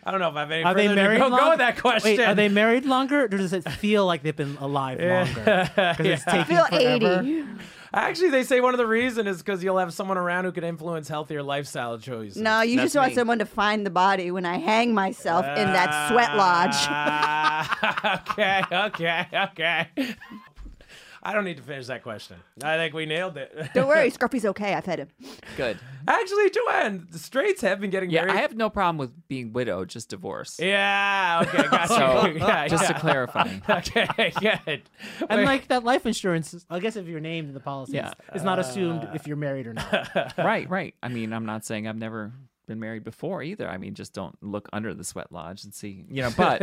Speaker 1: I don't know if I have any
Speaker 4: Are they
Speaker 1: further to
Speaker 4: married?
Speaker 1: go, go
Speaker 4: long-
Speaker 1: with that question.
Speaker 4: Wait, are they married longer, or does it feel like they've been alive longer? Because it's
Speaker 2: I
Speaker 4: taking
Speaker 2: feel
Speaker 4: forever.
Speaker 2: 80.
Speaker 1: actually they say one of the reason is because you'll have someone around who can influence healthier lifestyle choices.
Speaker 2: No, you
Speaker 3: That's
Speaker 2: just want
Speaker 3: me.
Speaker 2: someone to find the body when I hang myself in that sweat lodge.
Speaker 1: Ah, okay, okay, okay. I don't need to finish that question. I think we nailed it.
Speaker 2: Don't worry, Scruffy's okay. I fed him.
Speaker 3: Good.
Speaker 1: Actually, Joanne, the straights have been getting
Speaker 3: Yeah,
Speaker 1: married.
Speaker 3: I have no problem with being widowed, just divorce.
Speaker 1: Yeah. Okay. Gotcha.
Speaker 3: So,
Speaker 1: yeah,
Speaker 3: just to
Speaker 1: yeah.
Speaker 3: clarify.
Speaker 1: Okay. Good.
Speaker 4: And
Speaker 1: Wait,
Speaker 4: like that life insurance, is- I guess if you're named in the policy,
Speaker 3: Yeah.
Speaker 4: it's, it's not assumed if you're married or not.
Speaker 3: right, right. I mean, I'm not saying I've never been married before either. I mean, just don't look under the sweat lodge and see, you know, but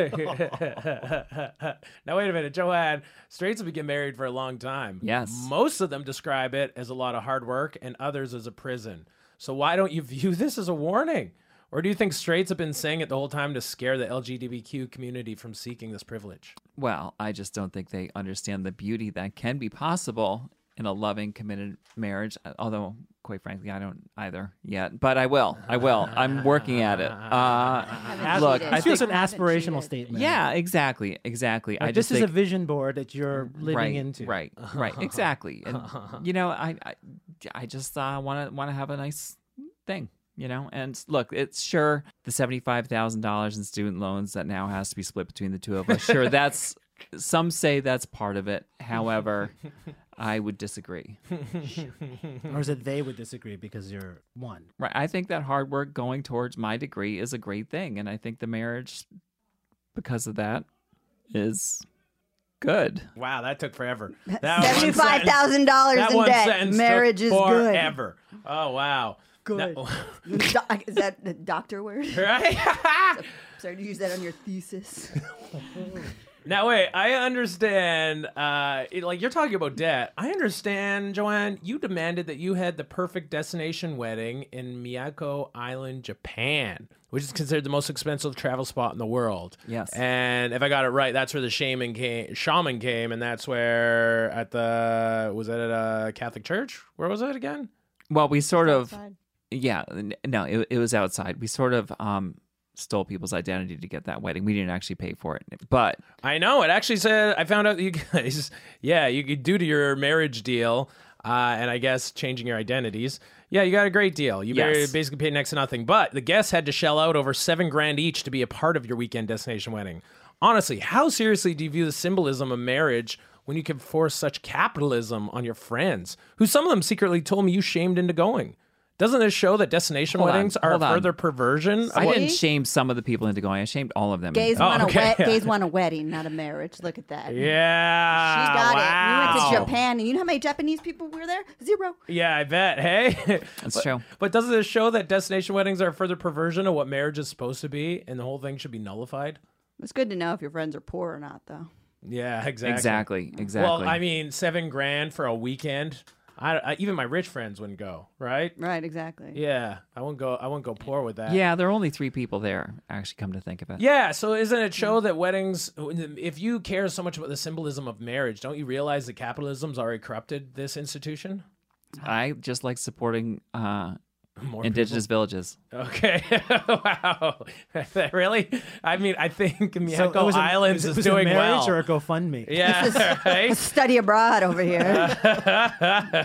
Speaker 1: now wait a minute, Joanne. Straights have been getting married for a long time.
Speaker 3: Yes.
Speaker 1: Most of them describe it as a lot of hard work, and others as a prison. So why don't you view this as a warning? Or do you think straights have been saying it the whole time to scare the LGBTQ community from seeking this privilege?
Speaker 3: well, I just don't think they understand the beauty that can be possible in a loving, committed marriage. uh, Although, quite frankly, I don't either yet, but I will. I will. I'm working at it. Uh,
Speaker 2: Haven't
Speaker 3: look,
Speaker 2: cheated.
Speaker 3: I
Speaker 2: Haven't
Speaker 4: This
Speaker 3: think.
Speaker 4: feels an aspirational
Speaker 2: cheated.
Speaker 4: statement.
Speaker 3: Yeah, exactly, exactly. I
Speaker 4: Like,
Speaker 3: just
Speaker 4: this is
Speaker 3: think,
Speaker 4: a vision board that you're living
Speaker 3: right,
Speaker 4: into.
Speaker 3: Right, right, exactly. And you know, I, I, I just uh, want to want to have a nice thing. You know, and look, it's sure the seventy five thousand dollars in student loans that now has to be split between the two of us. Sure, that's some say that's part of it. However, I would disagree.
Speaker 4: Or is it they would disagree because you're one?
Speaker 3: Right, I think that hard work going towards my degree is a great thing, and I think the marriage, because of that, is good.
Speaker 1: Wow, that took forever. That one sentence-
Speaker 2: Seventy-five thousand dollars
Speaker 1: That
Speaker 2: in
Speaker 1: one
Speaker 2: debt.
Speaker 1: sentence
Speaker 2: Marriage
Speaker 1: took
Speaker 2: is good.
Speaker 1: forever. Oh wow.
Speaker 4: Good.
Speaker 1: No-
Speaker 2: Do- is that the doctor word?
Speaker 1: right?
Speaker 2: Sorry to use that on your thesis.
Speaker 1: now wait, I understand. Uh, it- like you're talking about debt. I understand, Joanne. You demanded that you had the perfect destination wedding in Miyako Island, Japan, which is considered the most expensive travel spot in the world.
Speaker 3: Yes.
Speaker 1: And if I got it right, that's where the shaman came. Shaman came, and that's where at the was it at a Catholic church? Where was it again?
Speaker 3: Well, we sort of.
Speaker 2: Fine.
Speaker 3: yeah n- no it, it was outside we sort of um stole people's identity to get that wedding we didn't actually pay for it but
Speaker 1: I know. It actually said I found out you guys. Yeah, you could due to your marriage deal, uh, and I guess changing your identities. Yeah, you got a great deal. You
Speaker 3: Yes.
Speaker 1: married- basically paid next to nothing, but the guests had to shell out over seven grand each to be a part of your weekend destination wedding. Honestly, how seriously do you view the symbolism of marriage when you can force such capitalism on your friends, who some of them secretly told me you shamed into going? Doesn't this show that destination
Speaker 3: Hold on,
Speaker 1: weddings are
Speaker 3: hold
Speaker 1: a
Speaker 3: on.
Speaker 1: further perversion? of
Speaker 3: i
Speaker 1: what-
Speaker 3: didn't shame some of the people into going i shamed all of them into
Speaker 2: Gays
Speaker 1: Oh,
Speaker 3: going.
Speaker 2: want
Speaker 1: okay.
Speaker 2: a we- gays want a wedding, not a marriage. Look at that. She
Speaker 1: Yeah.
Speaker 2: got it. We
Speaker 1: wow.
Speaker 2: went to Japan, and you know how many Japanese people were there? Zero.
Speaker 1: Yeah, I bet. Hey,
Speaker 3: That's
Speaker 1: But-
Speaker 3: true.
Speaker 1: But doesn't this show that destination weddings are a further perversion of what marriage is supposed to be, and the whole thing should be nullified?
Speaker 2: It's good to know if your friends are poor or not, though.
Speaker 1: Yeah, exactly.
Speaker 3: exactly exactly
Speaker 1: Well, I mean, seven grand for a weekend. I, I even my rich friends wouldn't go, right?
Speaker 2: Right? Exactly.
Speaker 1: Yeah, I wouldn't go. I wouldn't go poor with that.
Speaker 3: yeah there are only three people there actually come to think of it
Speaker 1: Yeah, so isn't it
Speaker 3: Hmm.
Speaker 1: show that weddings, if you care so much about the symbolism of marriage, don't you realize that capitalism's already corrupted this institution?
Speaker 3: i just like supporting uh
Speaker 1: More
Speaker 3: indigenous villages.
Speaker 1: Okay. wow. really? I mean, I think Miyako
Speaker 4: oh, it was a-
Speaker 1: Islands
Speaker 4: it was,
Speaker 1: is
Speaker 4: it was a
Speaker 1: doing
Speaker 4: marriage
Speaker 1: well.
Speaker 4: or a GoFundMe.
Speaker 1: yeah.
Speaker 2: A
Speaker 1: right?
Speaker 2: study abroad over here.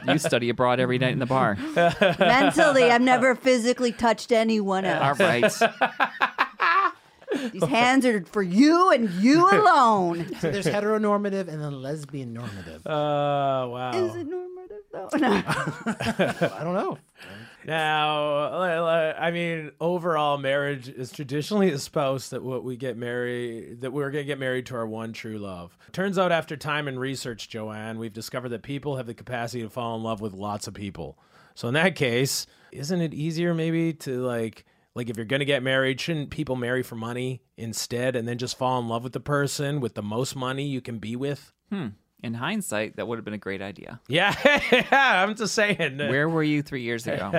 Speaker 3: You study abroad every night in the bar.
Speaker 2: Mentally, I've never physically touched anyone
Speaker 3: All
Speaker 2: else.
Speaker 3: right.
Speaker 2: These hands are for you and you alone.
Speaker 4: So there's heteronormative and then lesbian normative.
Speaker 1: Uh, wow.
Speaker 2: Is it normative though? No.
Speaker 4: I don't know.
Speaker 1: Now, l- l- I mean, overall, marriage is traditionally espoused that what we get married, that we're going to get married to our one true love. Turns out, after time and research, Joanne, we've discovered that people have the capacity to fall in love with lots of people. So in that case, isn't it easier maybe to like, like if you're going to get married, shouldn't people marry for money instead, and then just fall in love with the person with the most money you can be with?
Speaker 3: In hindsight, that would have been a great idea.
Speaker 1: Yeah, I'm just saying.
Speaker 3: Where were you three years ago?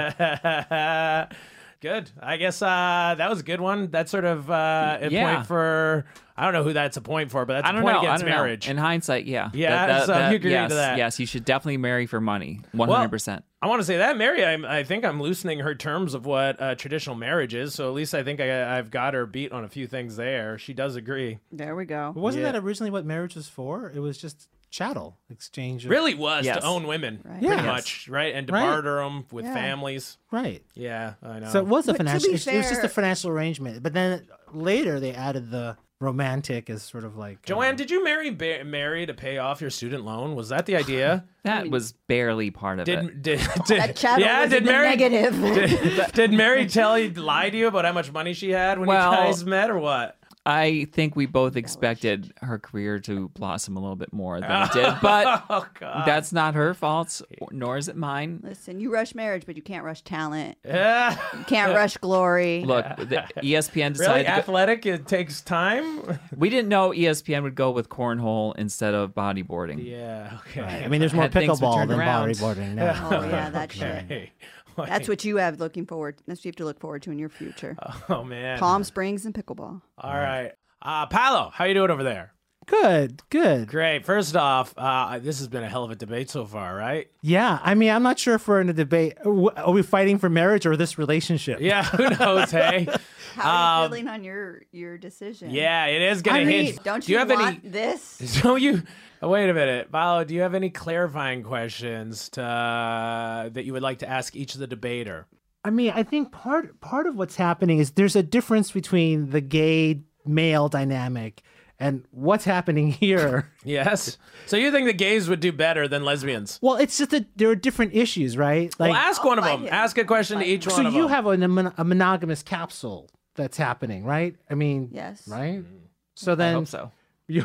Speaker 1: good. I guess uh, that was a good one. That's sort of uh, a
Speaker 3: Yeah.
Speaker 1: point for. I don't know who that's a point for, but that's
Speaker 3: I
Speaker 1: a
Speaker 3: don't
Speaker 1: point
Speaker 3: know. I
Speaker 1: against
Speaker 3: don't
Speaker 1: marriage.
Speaker 3: know. In hindsight, yeah.
Speaker 1: Yeah, so you agree to
Speaker 3: yes,
Speaker 1: that.
Speaker 3: Yes, you should definitely marry for money. One
Speaker 1: Well,
Speaker 3: hundred percent.
Speaker 1: I want to say that Mary. I, I think I'm loosening her terms of what uh, traditional marriage is. So at least I think I, I've got her beat on a few things there. She does agree.
Speaker 2: There we go.
Speaker 4: Wasn't
Speaker 1: Yeah.
Speaker 4: that originally what marriage was for? It was just chattel exchange. Of,
Speaker 1: Really was
Speaker 3: Yes.
Speaker 1: to own women,
Speaker 2: Right.
Speaker 1: pretty
Speaker 4: Yes.
Speaker 1: much, right, and to
Speaker 4: Right.
Speaker 1: barter them with
Speaker 2: Yeah.
Speaker 1: families.
Speaker 4: Right.
Speaker 1: Yeah, I know.
Speaker 4: So it was a
Speaker 2: But to be
Speaker 4: financial. It was just
Speaker 2: fair-
Speaker 4: a financial arrangement. But then later they added the romantic as sort of like
Speaker 1: Joanne, did you marry ba- Mary to pay off your student loan? Was that the idea?
Speaker 3: That was barely part of
Speaker 1: Did
Speaker 3: it.
Speaker 1: did, did
Speaker 2: That chattel
Speaker 1: yeah?
Speaker 2: was
Speaker 1: Did
Speaker 2: in the
Speaker 1: Mary
Speaker 2: negative.
Speaker 1: did, did Mary tell you lie to you about how much money she had when
Speaker 3: Well-
Speaker 1: you guys met or what?
Speaker 3: I think we both expected her career to blossom a little bit more than it did, but
Speaker 1: Oh god.
Speaker 3: that's not her fault, nor is it mine.
Speaker 2: Listen, you rush marriage, but you can't rush talent. You
Speaker 1: Yeah.
Speaker 2: can't rush glory.
Speaker 3: Look, the E ESPN decided
Speaker 1: Really
Speaker 3: to go-
Speaker 1: athletic? It takes time.
Speaker 3: we didn't know E ESPN would go with cornhole instead of bodyboarding.
Speaker 1: Yeah. Okay.
Speaker 4: Right. I mean, there's more
Speaker 3: Had things would
Speaker 4: pickleball
Speaker 3: turn
Speaker 4: than
Speaker 3: around.
Speaker 4: bodyboarding now.
Speaker 2: Oh, yeah, that shit.
Speaker 1: Okay. Wait.
Speaker 2: That's what you have looking forward. That's what you have to look forward to in your future.
Speaker 1: Oh man.
Speaker 2: Palm Springs and pickleball.
Speaker 1: All right. Uh, Paolo, how you doing over there?
Speaker 4: Good, good.
Speaker 1: Great. First off, uh, this has been a hell of a debate so far, right?
Speaker 4: Yeah, I mean, I'm not sure if we're in a debate. W- Are we fighting for marriage or this relationship?
Speaker 1: Yeah. Who knows? hey.
Speaker 2: How are you feeling on your your decision?
Speaker 1: Yeah. It is gonna
Speaker 4: I mean,
Speaker 1: hinge.
Speaker 2: Don't
Speaker 1: Do
Speaker 2: you,
Speaker 1: have any?
Speaker 2: want this?
Speaker 1: So you oh, wait a minute, Paolo. Do you have any clarifying questions to, uh, that you would like to ask each of the debater?
Speaker 4: I mean, I think part part of what's happening is there's a difference between the gay male dynamic and what's happening here.
Speaker 1: Yes. So you think the gays would do better than lesbians?
Speaker 4: well, it's just that there are different issues, right? Like,
Speaker 1: Well, ask one of
Speaker 2: Oh, I
Speaker 1: them.
Speaker 2: hear you.
Speaker 1: Ask a question to each one
Speaker 4: so
Speaker 1: of
Speaker 4: you
Speaker 1: them.
Speaker 4: have a, mon- a monogamous capsule that's happening, right? I mean,
Speaker 2: Yes.
Speaker 4: right.
Speaker 1: Mm-hmm.
Speaker 4: So
Speaker 3: I
Speaker 4: then,
Speaker 3: hope so.
Speaker 4: You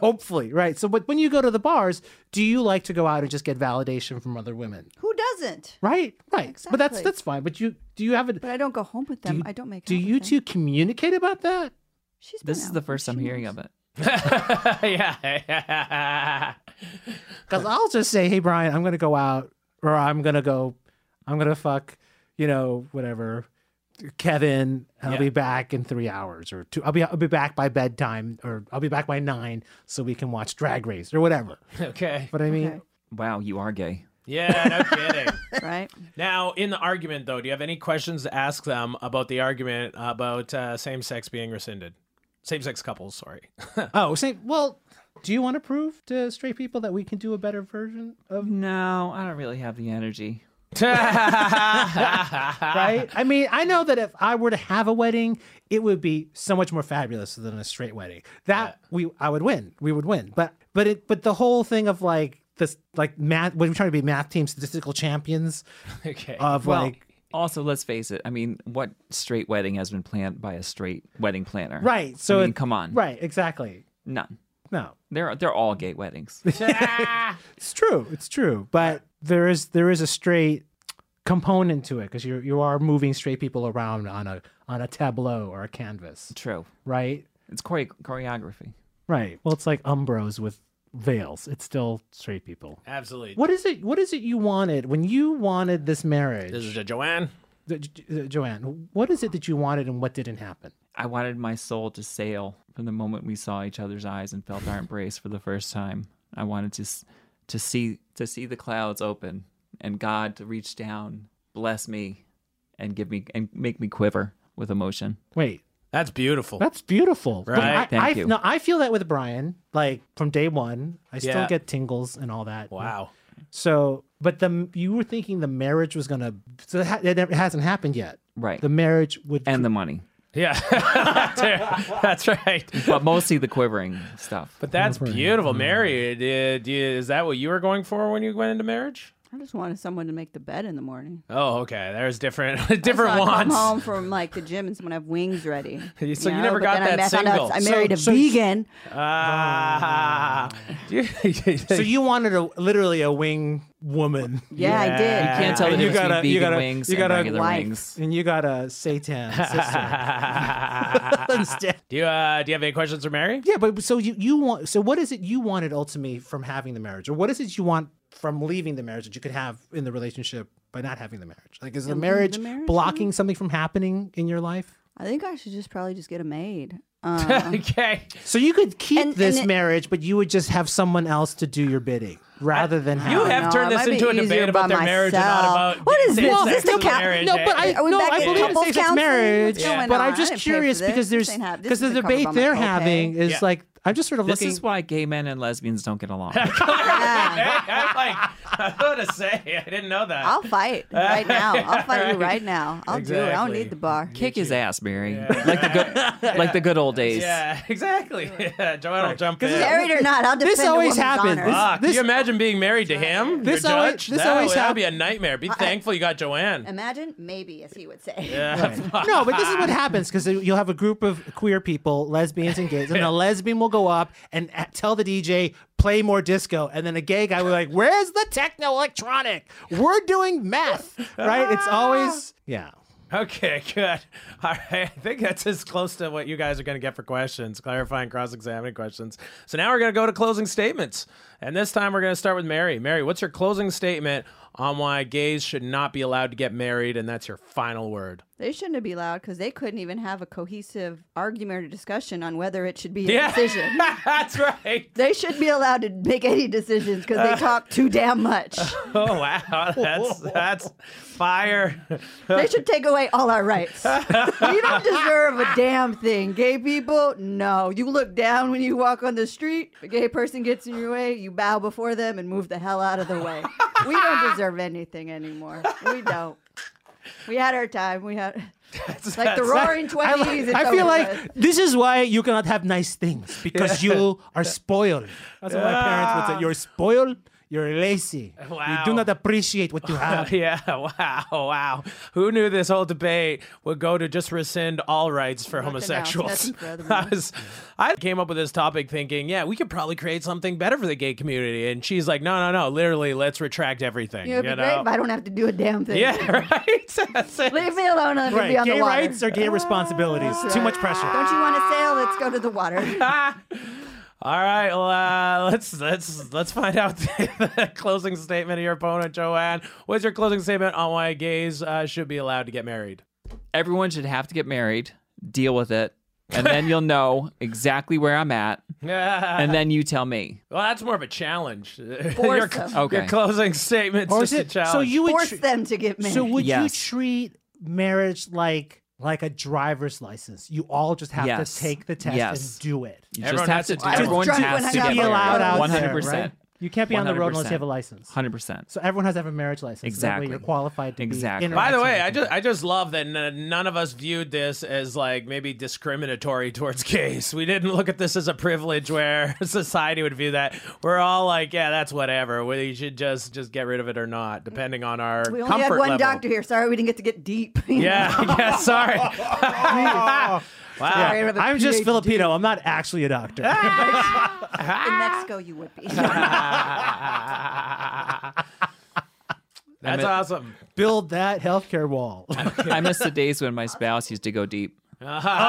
Speaker 4: hopefully right. So, but when you go to the bars, do you like to go out and just get validation from other women?
Speaker 2: Who doesn't?
Speaker 4: Right, right. But that's
Speaker 2: Exactly.
Speaker 4: that's fine. But you do you have a
Speaker 2: But I don't go home with them.
Speaker 4: you-
Speaker 2: I don't make.
Speaker 4: do
Speaker 2: out with
Speaker 4: you
Speaker 2: them.
Speaker 4: two communicate about that?
Speaker 2: She's been
Speaker 3: This is
Speaker 2: out
Speaker 3: the
Speaker 2: for
Speaker 3: first I'm
Speaker 2: two
Speaker 3: hearing
Speaker 2: months.
Speaker 3: of it.
Speaker 1: yeah.
Speaker 4: Because I'll just say, hey Brian, I'm gonna go out, or I'm gonna go, I'm gonna fuck, you know, whatever, Kevin. and I'll
Speaker 1: Yeah.
Speaker 4: be back in three hours or two. I'll be I'll be back by bedtime, or I'll be back by nine, so we can watch Drag Race or whatever.
Speaker 1: okay.
Speaker 4: But I mean,
Speaker 2: Okay.
Speaker 3: Wow, you are gay.
Speaker 1: Yeah. No kidding.
Speaker 2: right?
Speaker 1: now, in the argument though, do you have any questions to ask them about the argument about uh, same-sex being rescinded? Same-sex couples. Sorry.
Speaker 4: oh, say, well, do you want to prove to straight people that we can do a better version of
Speaker 3: No, I don't really have the energy. Ah.
Speaker 4: right? I mean, I know that if I were to have a wedding, it would be so much more fabulous than a straight wedding. That we I would win. We would win. But but it but the whole thing of like this like math when we're trying to be math team statistical champions
Speaker 1: okay.
Speaker 4: of
Speaker 3: Well,
Speaker 4: like
Speaker 3: also, let's face it. I mean, what straight wedding has been planned by a straight wedding planner?
Speaker 4: right. So
Speaker 3: I mean,
Speaker 4: it-
Speaker 3: come on.
Speaker 4: Right, exactly.
Speaker 3: None.
Speaker 4: No.
Speaker 3: They're they're all gay weddings.
Speaker 4: It's true. It's true. But there is there is a straight component to it because you you are moving straight people around on a on a tableau or a canvas,
Speaker 3: True.
Speaker 4: right?
Speaker 3: It's chore- choreography.
Speaker 4: Right. Well, it's like Umbros with veils. It's still straight people.
Speaker 1: Absolutely.
Speaker 4: What is it? What is it you wanted when you wanted this marriage,
Speaker 1: This is to Joanne.
Speaker 4: Jo- Jo- Joanne? What is it that you wanted and what didn't happen?
Speaker 3: I wanted my soul to sail from the moment we saw each other's eyes and felt our embrace for the first time. I wanted to s- to see to see the clouds open and God to reach down, bless me, and give me and make me quiver with emotion.
Speaker 4: Wait,
Speaker 1: That's beautiful.
Speaker 4: that's beautiful. Look,
Speaker 1: Right.
Speaker 4: I,
Speaker 3: Thank
Speaker 4: I,
Speaker 3: you.
Speaker 4: No, I feel that with Brian. Like from day one, I still
Speaker 1: Yeah.
Speaker 4: get tingles and all that.
Speaker 1: wow.
Speaker 4: So, but the you were thinking the marriage was gonna. So it, ha- it never- it hasn't happened yet.
Speaker 3: Right.
Speaker 4: The marriage would.
Speaker 3: and the money.
Speaker 1: Yeah. that's right.
Speaker 3: But mostly the quivering stuff.
Speaker 1: But that's beautiful. Mary, did you, is that what you were going for when you went into marriage?
Speaker 2: I just wanted someone to make the bed in the morning.
Speaker 1: Oh, okay. There's different
Speaker 2: I just
Speaker 1: different
Speaker 2: wanna
Speaker 1: wants.
Speaker 2: Come home from like the gym and someone have wings ready.
Speaker 1: So you never
Speaker 2: but
Speaker 1: got
Speaker 2: then I
Speaker 1: that
Speaker 2: ma- found out
Speaker 1: single.
Speaker 2: I
Speaker 1: So-
Speaker 2: married
Speaker 4: so-
Speaker 2: a vegan.
Speaker 1: Ah.
Speaker 4: so you wanted a literally a wing woman,
Speaker 2: Yeah, I did.
Speaker 1: Yeah.
Speaker 3: you can't tell the
Speaker 4: And you
Speaker 3: difference
Speaker 4: gotta-
Speaker 3: between
Speaker 4: you
Speaker 3: vegan
Speaker 4: gotta-
Speaker 3: wings
Speaker 4: you gotta-
Speaker 3: and regular
Speaker 2: Wife.
Speaker 3: wings.
Speaker 4: and you got a satan sister instead.
Speaker 1: do you uh, do you have any questions for Mary?
Speaker 4: Yeah, but so you you want so what is it you wanted ultimately from having the marriage, or what is it you want from leaving the marriage that you could have in the relationship by not having the marriage? Like, is the
Speaker 2: leave
Speaker 4: marriage,
Speaker 2: the marriage,
Speaker 4: blocking something from happening in your life?
Speaker 2: I think I should just probably just get a maid. Uh,
Speaker 1: Okay.
Speaker 4: So you could keep
Speaker 2: And-
Speaker 4: this
Speaker 2: and it-
Speaker 4: marriage, but you would just have someone else to do your bidding rather than
Speaker 1: You
Speaker 4: have.
Speaker 1: have
Speaker 2: no,
Speaker 1: turned
Speaker 2: it
Speaker 1: this
Speaker 2: might be
Speaker 1: into a
Speaker 2: easier
Speaker 1: debate
Speaker 2: by
Speaker 1: about their marriage and not
Speaker 2: myself.
Speaker 1: about
Speaker 2: What is this? Is
Speaker 1: same-sex
Speaker 2: this no ca-
Speaker 1: marriage.
Speaker 4: No, but I
Speaker 1: Eh,
Speaker 2: Are we
Speaker 4: no,
Speaker 2: back
Speaker 4: I
Speaker 2: in
Speaker 4: believe in
Speaker 2: couples
Speaker 4: same-sex
Speaker 2: counseling?
Speaker 4: marriage,
Speaker 2: What's going on?
Speaker 4: but I'm
Speaker 2: I
Speaker 4: just
Speaker 2: didn't pay for
Speaker 4: curious
Speaker 2: this.
Speaker 4: because
Speaker 2: This
Speaker 4: there's
Speaker 2: ain't hap- this
Speaker 4: because the
Speaker 2: isn't covered
Speaker 4: debate
Speaker 2: by my
Speaker 4: they're
Speaker 2: copay.
Speaker 4: having is
Speaker 1: Yeah.
Speaker 4: like I'm just sort of
Speaker 3: This
Speaker 4: looking.
Speaker 3: is why gay men and lesbians don't get along.
Speaker 2: yeah.
Speaker 1: Hey, I'm like, I was gonna say, I didn't know that.
Speaker 2: I'll fight right now. I'll fight you right now. I'll do it. I don't
Speaker 1: Exactly.
Speaker 2: need the bar.
Speaker 3: Kick his ass, Mary. Like the good like the good old days.
Speaker 1: yeah, exactly. Yeah, Joanna will jump in.
Speaker 4: 'Cause
Speaker 1: Fuck,
Speaker 2: Married or not, I'll defend
Speaker 4: This
Speaker 2: a woman's
Speaker 4: always happens. Ah.
Speaker 2: honor.
Speaker 4: This-
Speaker 1: can you imagine being married to him?
Speaker 4: This
Speaker 1: your
Speaker 4: always-
Speaker 1: judge?
Speaker 4: this
Speaker 1: that
Speaker 4: always
Speaker 1: would that'd
Speaker 4: hap-
Speaker 1: be a nightmare. Be thankful you got Joanne.
Speaker 2: Imagine, maybe, as he would say.
Speaker 4: no, but this is what happens because you'll have a group of queer people, lesbians and gays, and a lesbian will go up and a- tell the DJ play more disco, and then a gay guy will be like, "Where's the techno electronic? We're doing meth, right?" It's always yeah.
Speaker 1: Okay, good. All right. I think that's as close to what you guys are going to get for questions, clarifying, cross examining questions. So now we're going to go to closing statements. And this time we're going to start with Mary. Mary, what's your closing statement on why gays should not be allowed to get married? And that's your final word.
Speaker 2: They shouldn't be loud because they couldn't even have a cohesive argument or discussion on whether it should be a decision.
Speaker 1: that's right.
Speaker 2: they should be allowed to make any decisions because they talk too damn much.
Speaker 1: Oh, wow. That's, that's fire.
Speaker 2: they should take away all our rights. you don't deserve a damn thing. Gay people, no. You look down when you walk on the street. If a gay person gets in your way, you bow before them and move the hell out of the way. we don't deserve anything anymore. We don't. We had our time. We had like the roaring
Speaker 4: I,
Speaker 2: twenties.
Speaker 4: like- I feel like this is why you cannot have nice things because you are spoiled. That's what my parents would say. You're spoiled. You're lazy. You
Speaker 1: Wow.
Speaker 4: do not appreciate what you have.
Speaker 1: Yeah, wow, wow. Who knew this whole debate would go to just rescind all rights for homosexuals?
Speaker 2: nothing for other
Speaker 1: I was, I came up with this topic thinking, yeah, we could probably create something better for the gay community, and she's like, no, no, no, literally, let's retract everything.
Speaker 2: You know, it'd
Speaker 1: you
Speaker 2: be
Speaker 1: know?
Speaker 2: great if I don't have to do a damn thing.
Speaker 1: yeah, right. That's it.
Speaker 2: Leave me alone. I'm gonna
Speaker 4: Right.
Speaker 2: be on
Speaker 4: Gay
Speaker 2: the water. Ah.
Speaker 4: rights or gay responsibilities. Too much pressure.
Speaker 2: Don't you want to sail? Let's go to the water.
Speaker 1: All right, well, uh, let's let's let's find out the, closing statement of your opponent, Joanne. What's your closing statement on why gays uh, should be allowed to get married?
Speaker 3: Everyone should have to get married, deal with it, and then you'll know exactly where I'm at.
Speaker 1: Yeah.
Speaker 3: And then you tell me.
Speaker 1: Well, that's more of a challenge. your,
Speaker 2: Force them.
Speaker 3: Okay.
Speaker 1: your closing statements
Speaker 4: Or
Speaker 1: just
Speaker 4: is
Speaker 1: a
Speaker 4: it-
Speaker 1: challenge.
Speaker 4: so you would
Speaker 2: Force
Speaker 4: tr-
Speaker 2: them to get married.
Speaker 4: So would
Speaker 3: Yes.
Speaker 4: you treat marriage like like a driver's license? You all just have
Speaker 3: Yes.
Speaker 4: to take the test
Speaker 3: Yes.
Speaker 4: and do it.
Speaker 3: You
Speaker 1: Everyone
Speaker 3: just have
Speaker 1: has
Speaker 3: to,
Speaker 1: to
Speaker 3: do
Speaker 1: do it.
Speaker 3: everyone
Speaker 2: Just drive
Speaker 3: has
Speaker 2: when
Speaker 3: to
Speaker 2: I
Speaker 3: get
Speaker 2: got
Speaker 4: Be
Speaker 2: married.
Speaker 4: allowed out
Speaker 3: one
Speaker 4: there,
Speaker 3: hundred percent.
Speaker 4: right? You can't be on the road unless you have a license.
Speaker 3: Hundred percent.
Speaker 4: So everyone has to have a marriage license. That
Speaker 3: Exactly.
Speaker 4: way you're qualified to
Speaker 3: Exactly.
Speaker 4: be. interacting
Speaker 1: By the way,
Speaker 4: with
Speaker 1: I
Speaker 4: people.
Speaker 1: just I just love that n- none of us viewed this as like maybe discriminatory towards gays. We didn't look at this as a privilege where society would view that. We're all like, yeah, that's whatever. We should just just get rid of it or not, depending on our
Speaker 2: we only
Speaker 1: comfort
Speaker 2: had one
Speaker 1: level.
Speaker 2: doctor here. Sorry, we didn't get to get deep.
Speaker 1: Yeah, yeah. Sorry. wow.
Speaker 2: Sorry, I have a
Speaker 4: I'm just
Speaker 2: PhD.
Speaker 4: Filipino. I'm not actually a doctor.
Speaker 2: Ah! In Mexico, you would be.
Speaker 1: That's awesome.
Speaker 4: Build that healthcare wall.
Speaker 3: I miss the days when my spouse used to go deep.
Speaker 4: yeah,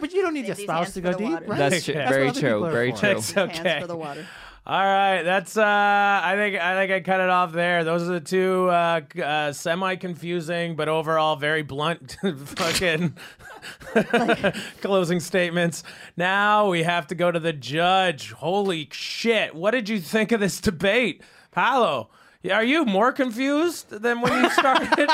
Speaker 4: but you don't need your
Speaker 2: these hands
Speaker 4: spouse to
Speaker 2: for the
Speaker 4: go deep,
Speaker 2: water.
Speaker 4: right?
Speaker 3: That's true.
Speaker 1: That's
Speaker 4: what
Speaker 3: very
Speaker 4: other people
Speaker 3: true.
Speaker 4: are
Speaker 3: Very
Speaker 4: for.
Speaker 3: true.
Speaker 1: It's okay.
Speaker 2: Hands for the water.
Speaker 1: All right, that's uh I think I think I cut it off there. Those are the two uh, c- uh semi confusing but overall very blunt fucking closing statements. Now we have to go to the judge. Holy shit. What did you think of this debate? Paolo, Are you more confused than when you started?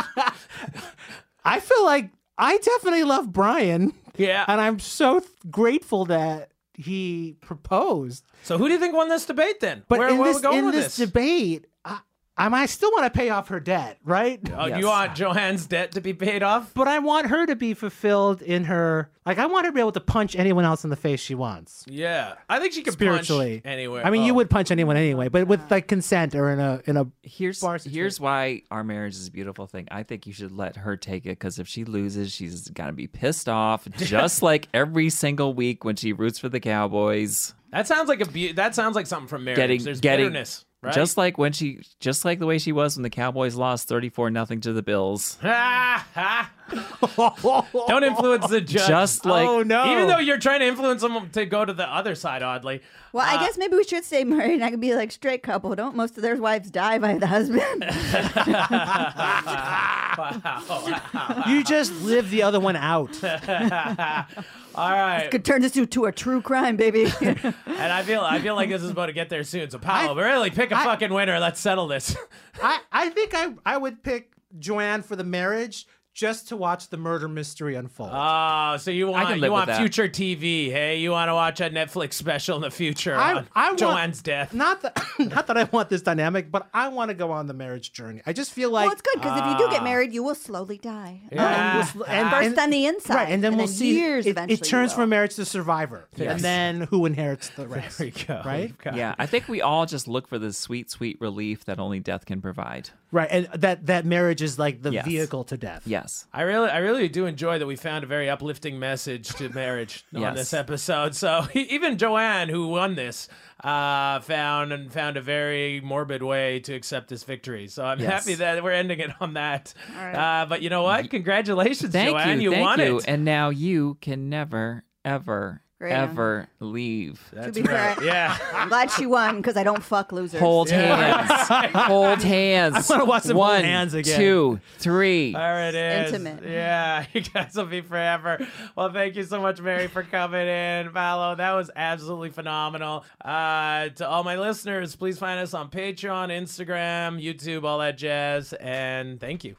Speaker 4: I feel like I definitely love Brian,
Speaker 1: yeah.
Speaker 4: and I'm so th- grateful that he proposed.
Speaker 1: So who do you think won this debate then?
Speaker 4: But
Speaker 1: where
Speaker 4: in
Speaker 1: where
Speaker 4: this
Speaker 1: are we going
Speaker 4: in
Speaker 1: with
Speaker 4: this, debate, I, I might still want to pay off her debt, right?
Speaker 1: Oh,
Speaker 3: Yes.
Speaker 1: You want Johanne's debt to be paid off?
Speaker 4: But I want her to be fulfilled in her like I want her to be able to punch anyone else in the face she wants.
Speaker 1: Yeah, I think she could
Speaker 4: Spiritually,
Speaker 1: punch anywhere.
Speaker 4: I mean, you
Speaker 1: Oh.
Speaker 4: would punch anyone anyway, but with like consent or in a in a
Speaker 3: Here's
Speaker 4: Bar
Speaker 3: here's why our marriage is a beautiful thing. I think you should let her take it because if she loses, she's gonna be pissed off, just like every single week when she roots for the Cowboys.
Speaker 1: That sounds like a be- that sounds like something from marriage.
Speaker 3: Getting
Speaker 1: There's
Speaker 3: getting
Speaker 1: bitterness, right?
Speaker 3: just like when she just like the way she was when the Cowboys lost thirty four nothing to the Bills.
Speaker 1: Ah, ah. Don't influence the judge. Uh,
Speaker 3: Just like
Speaker 4: Oh, no.
Speaker 1: Even though you're trying to influence them to go to the other side, oddly.
Speaker 2: Well,
Speaker 1: Uh,
Speaker 2: I guess maybe we should stay married and I could be like straight couple. Don't most of their wives die by the husband?
Speaker 4: you just live the other one out.
Speaker 1: All right,
Speaker 2: could turn this into a true crime, baby.
Speaker 1: and I feel I feel like this is about to get there soon. So Paolo,
Speaker 4: I-
Speaker 1: really pick a
Speaker 4: I-
Speaker 1: fucking winner. Let's settle this.
Speaker 4: I, I think I, I would pick Joanne for the marriage just to watch the murder mystery unfold.
Speaker 1: Oh, so you want
Speaker 3: can
Speaker 1: you
Speaker 3: live with
Speaker 1: want
Speaker 3: that.
Speaker 1: future TV? Hey, you want to watch a Netflix special in the future
Speaker 4: I,
Speaker 1: on
Speaker 4: I want,
Speaker 1: Joanne's death?
Speaker 4: Not that not that I want this dynamic, but I want to go on the marriage journey. I just feel like
Speaker 2: well, it's good because if you do get married, you will slowly die.
Speaker 1: Ah. Yeah.
Speaker 4: and we'll s- Ah. and-
Speaker 2: First
Speaker 4: and-
Speaker 2: on the inside,
Speaker 4: right, and then we'll see.
Speaker 2: Years
Speaker 4: it,
Speaker 2: eventually,
Speaker 4: it turns
Speaker 2: you
Speaker 4: from
Speaker 2: will.
Speaker 4: marriage to survivor, and then who inherits the rest?
Speaker 1: There you go.
Speaker 4: Right,
Speaker 1: You've got-
Speaker 3: Yeah, I think we all just look for the sweet, sweet relief that only death can provide.
Speaker 4: right, and that that marriage is like the
Speaker 3: Yes.
Speaker 4: vehicle to death.
Speaker 3: Yes.
Speaker 1: I really, I really do enjoy that we found a very uplifting message to marriage on
Speaker 3: Yes.
Speaker 1: this episode. So e-, even Joanne, who won this, uh, found and found a very morbid way to accept this victory. So I'm
Speaker 3: Yes.
Speaker 1: happy that we're ending it on that.
Speaker 2: right.
Speaker 1: Uh, but you know what? Congratulations,
Speaker 3: Thank
Speaker 1: Joanne!
Speaker 3: you.
Speaker 1: won
Speaker 3: thank you.
Speaker 1: it.
Speaker 3: And now you can never, ever,
Speaker 2: Great.
Speaker 3: ever leave.
Speaker 1: That's
Speaker 2: Oh, be
Speaker 1: right.
Speaker 2: fair.
Speaker 1: Yeah.
Speaker 2: I'm glad she won because I don't fuck losers.
Speaker 3: Hold
Speaker 1: Yeah.
Speaker 3: hands. hold hands.
Speaker 4: I wanna watch them hold
Speaker 3: One,
Speaker 4: hands again.
Speaker 3: two, three.
Speaker 1: There it is.
Speaker 2: intimate.
Speaker 1: Yeah, you guys will be forever. Well, thank you so much, Mary, for coming in, Paolo. That was absolutely phenomenal. Uh, to all my listeners, please find us on Patreon, Instagram, YouTube, all that jazz. And thank you.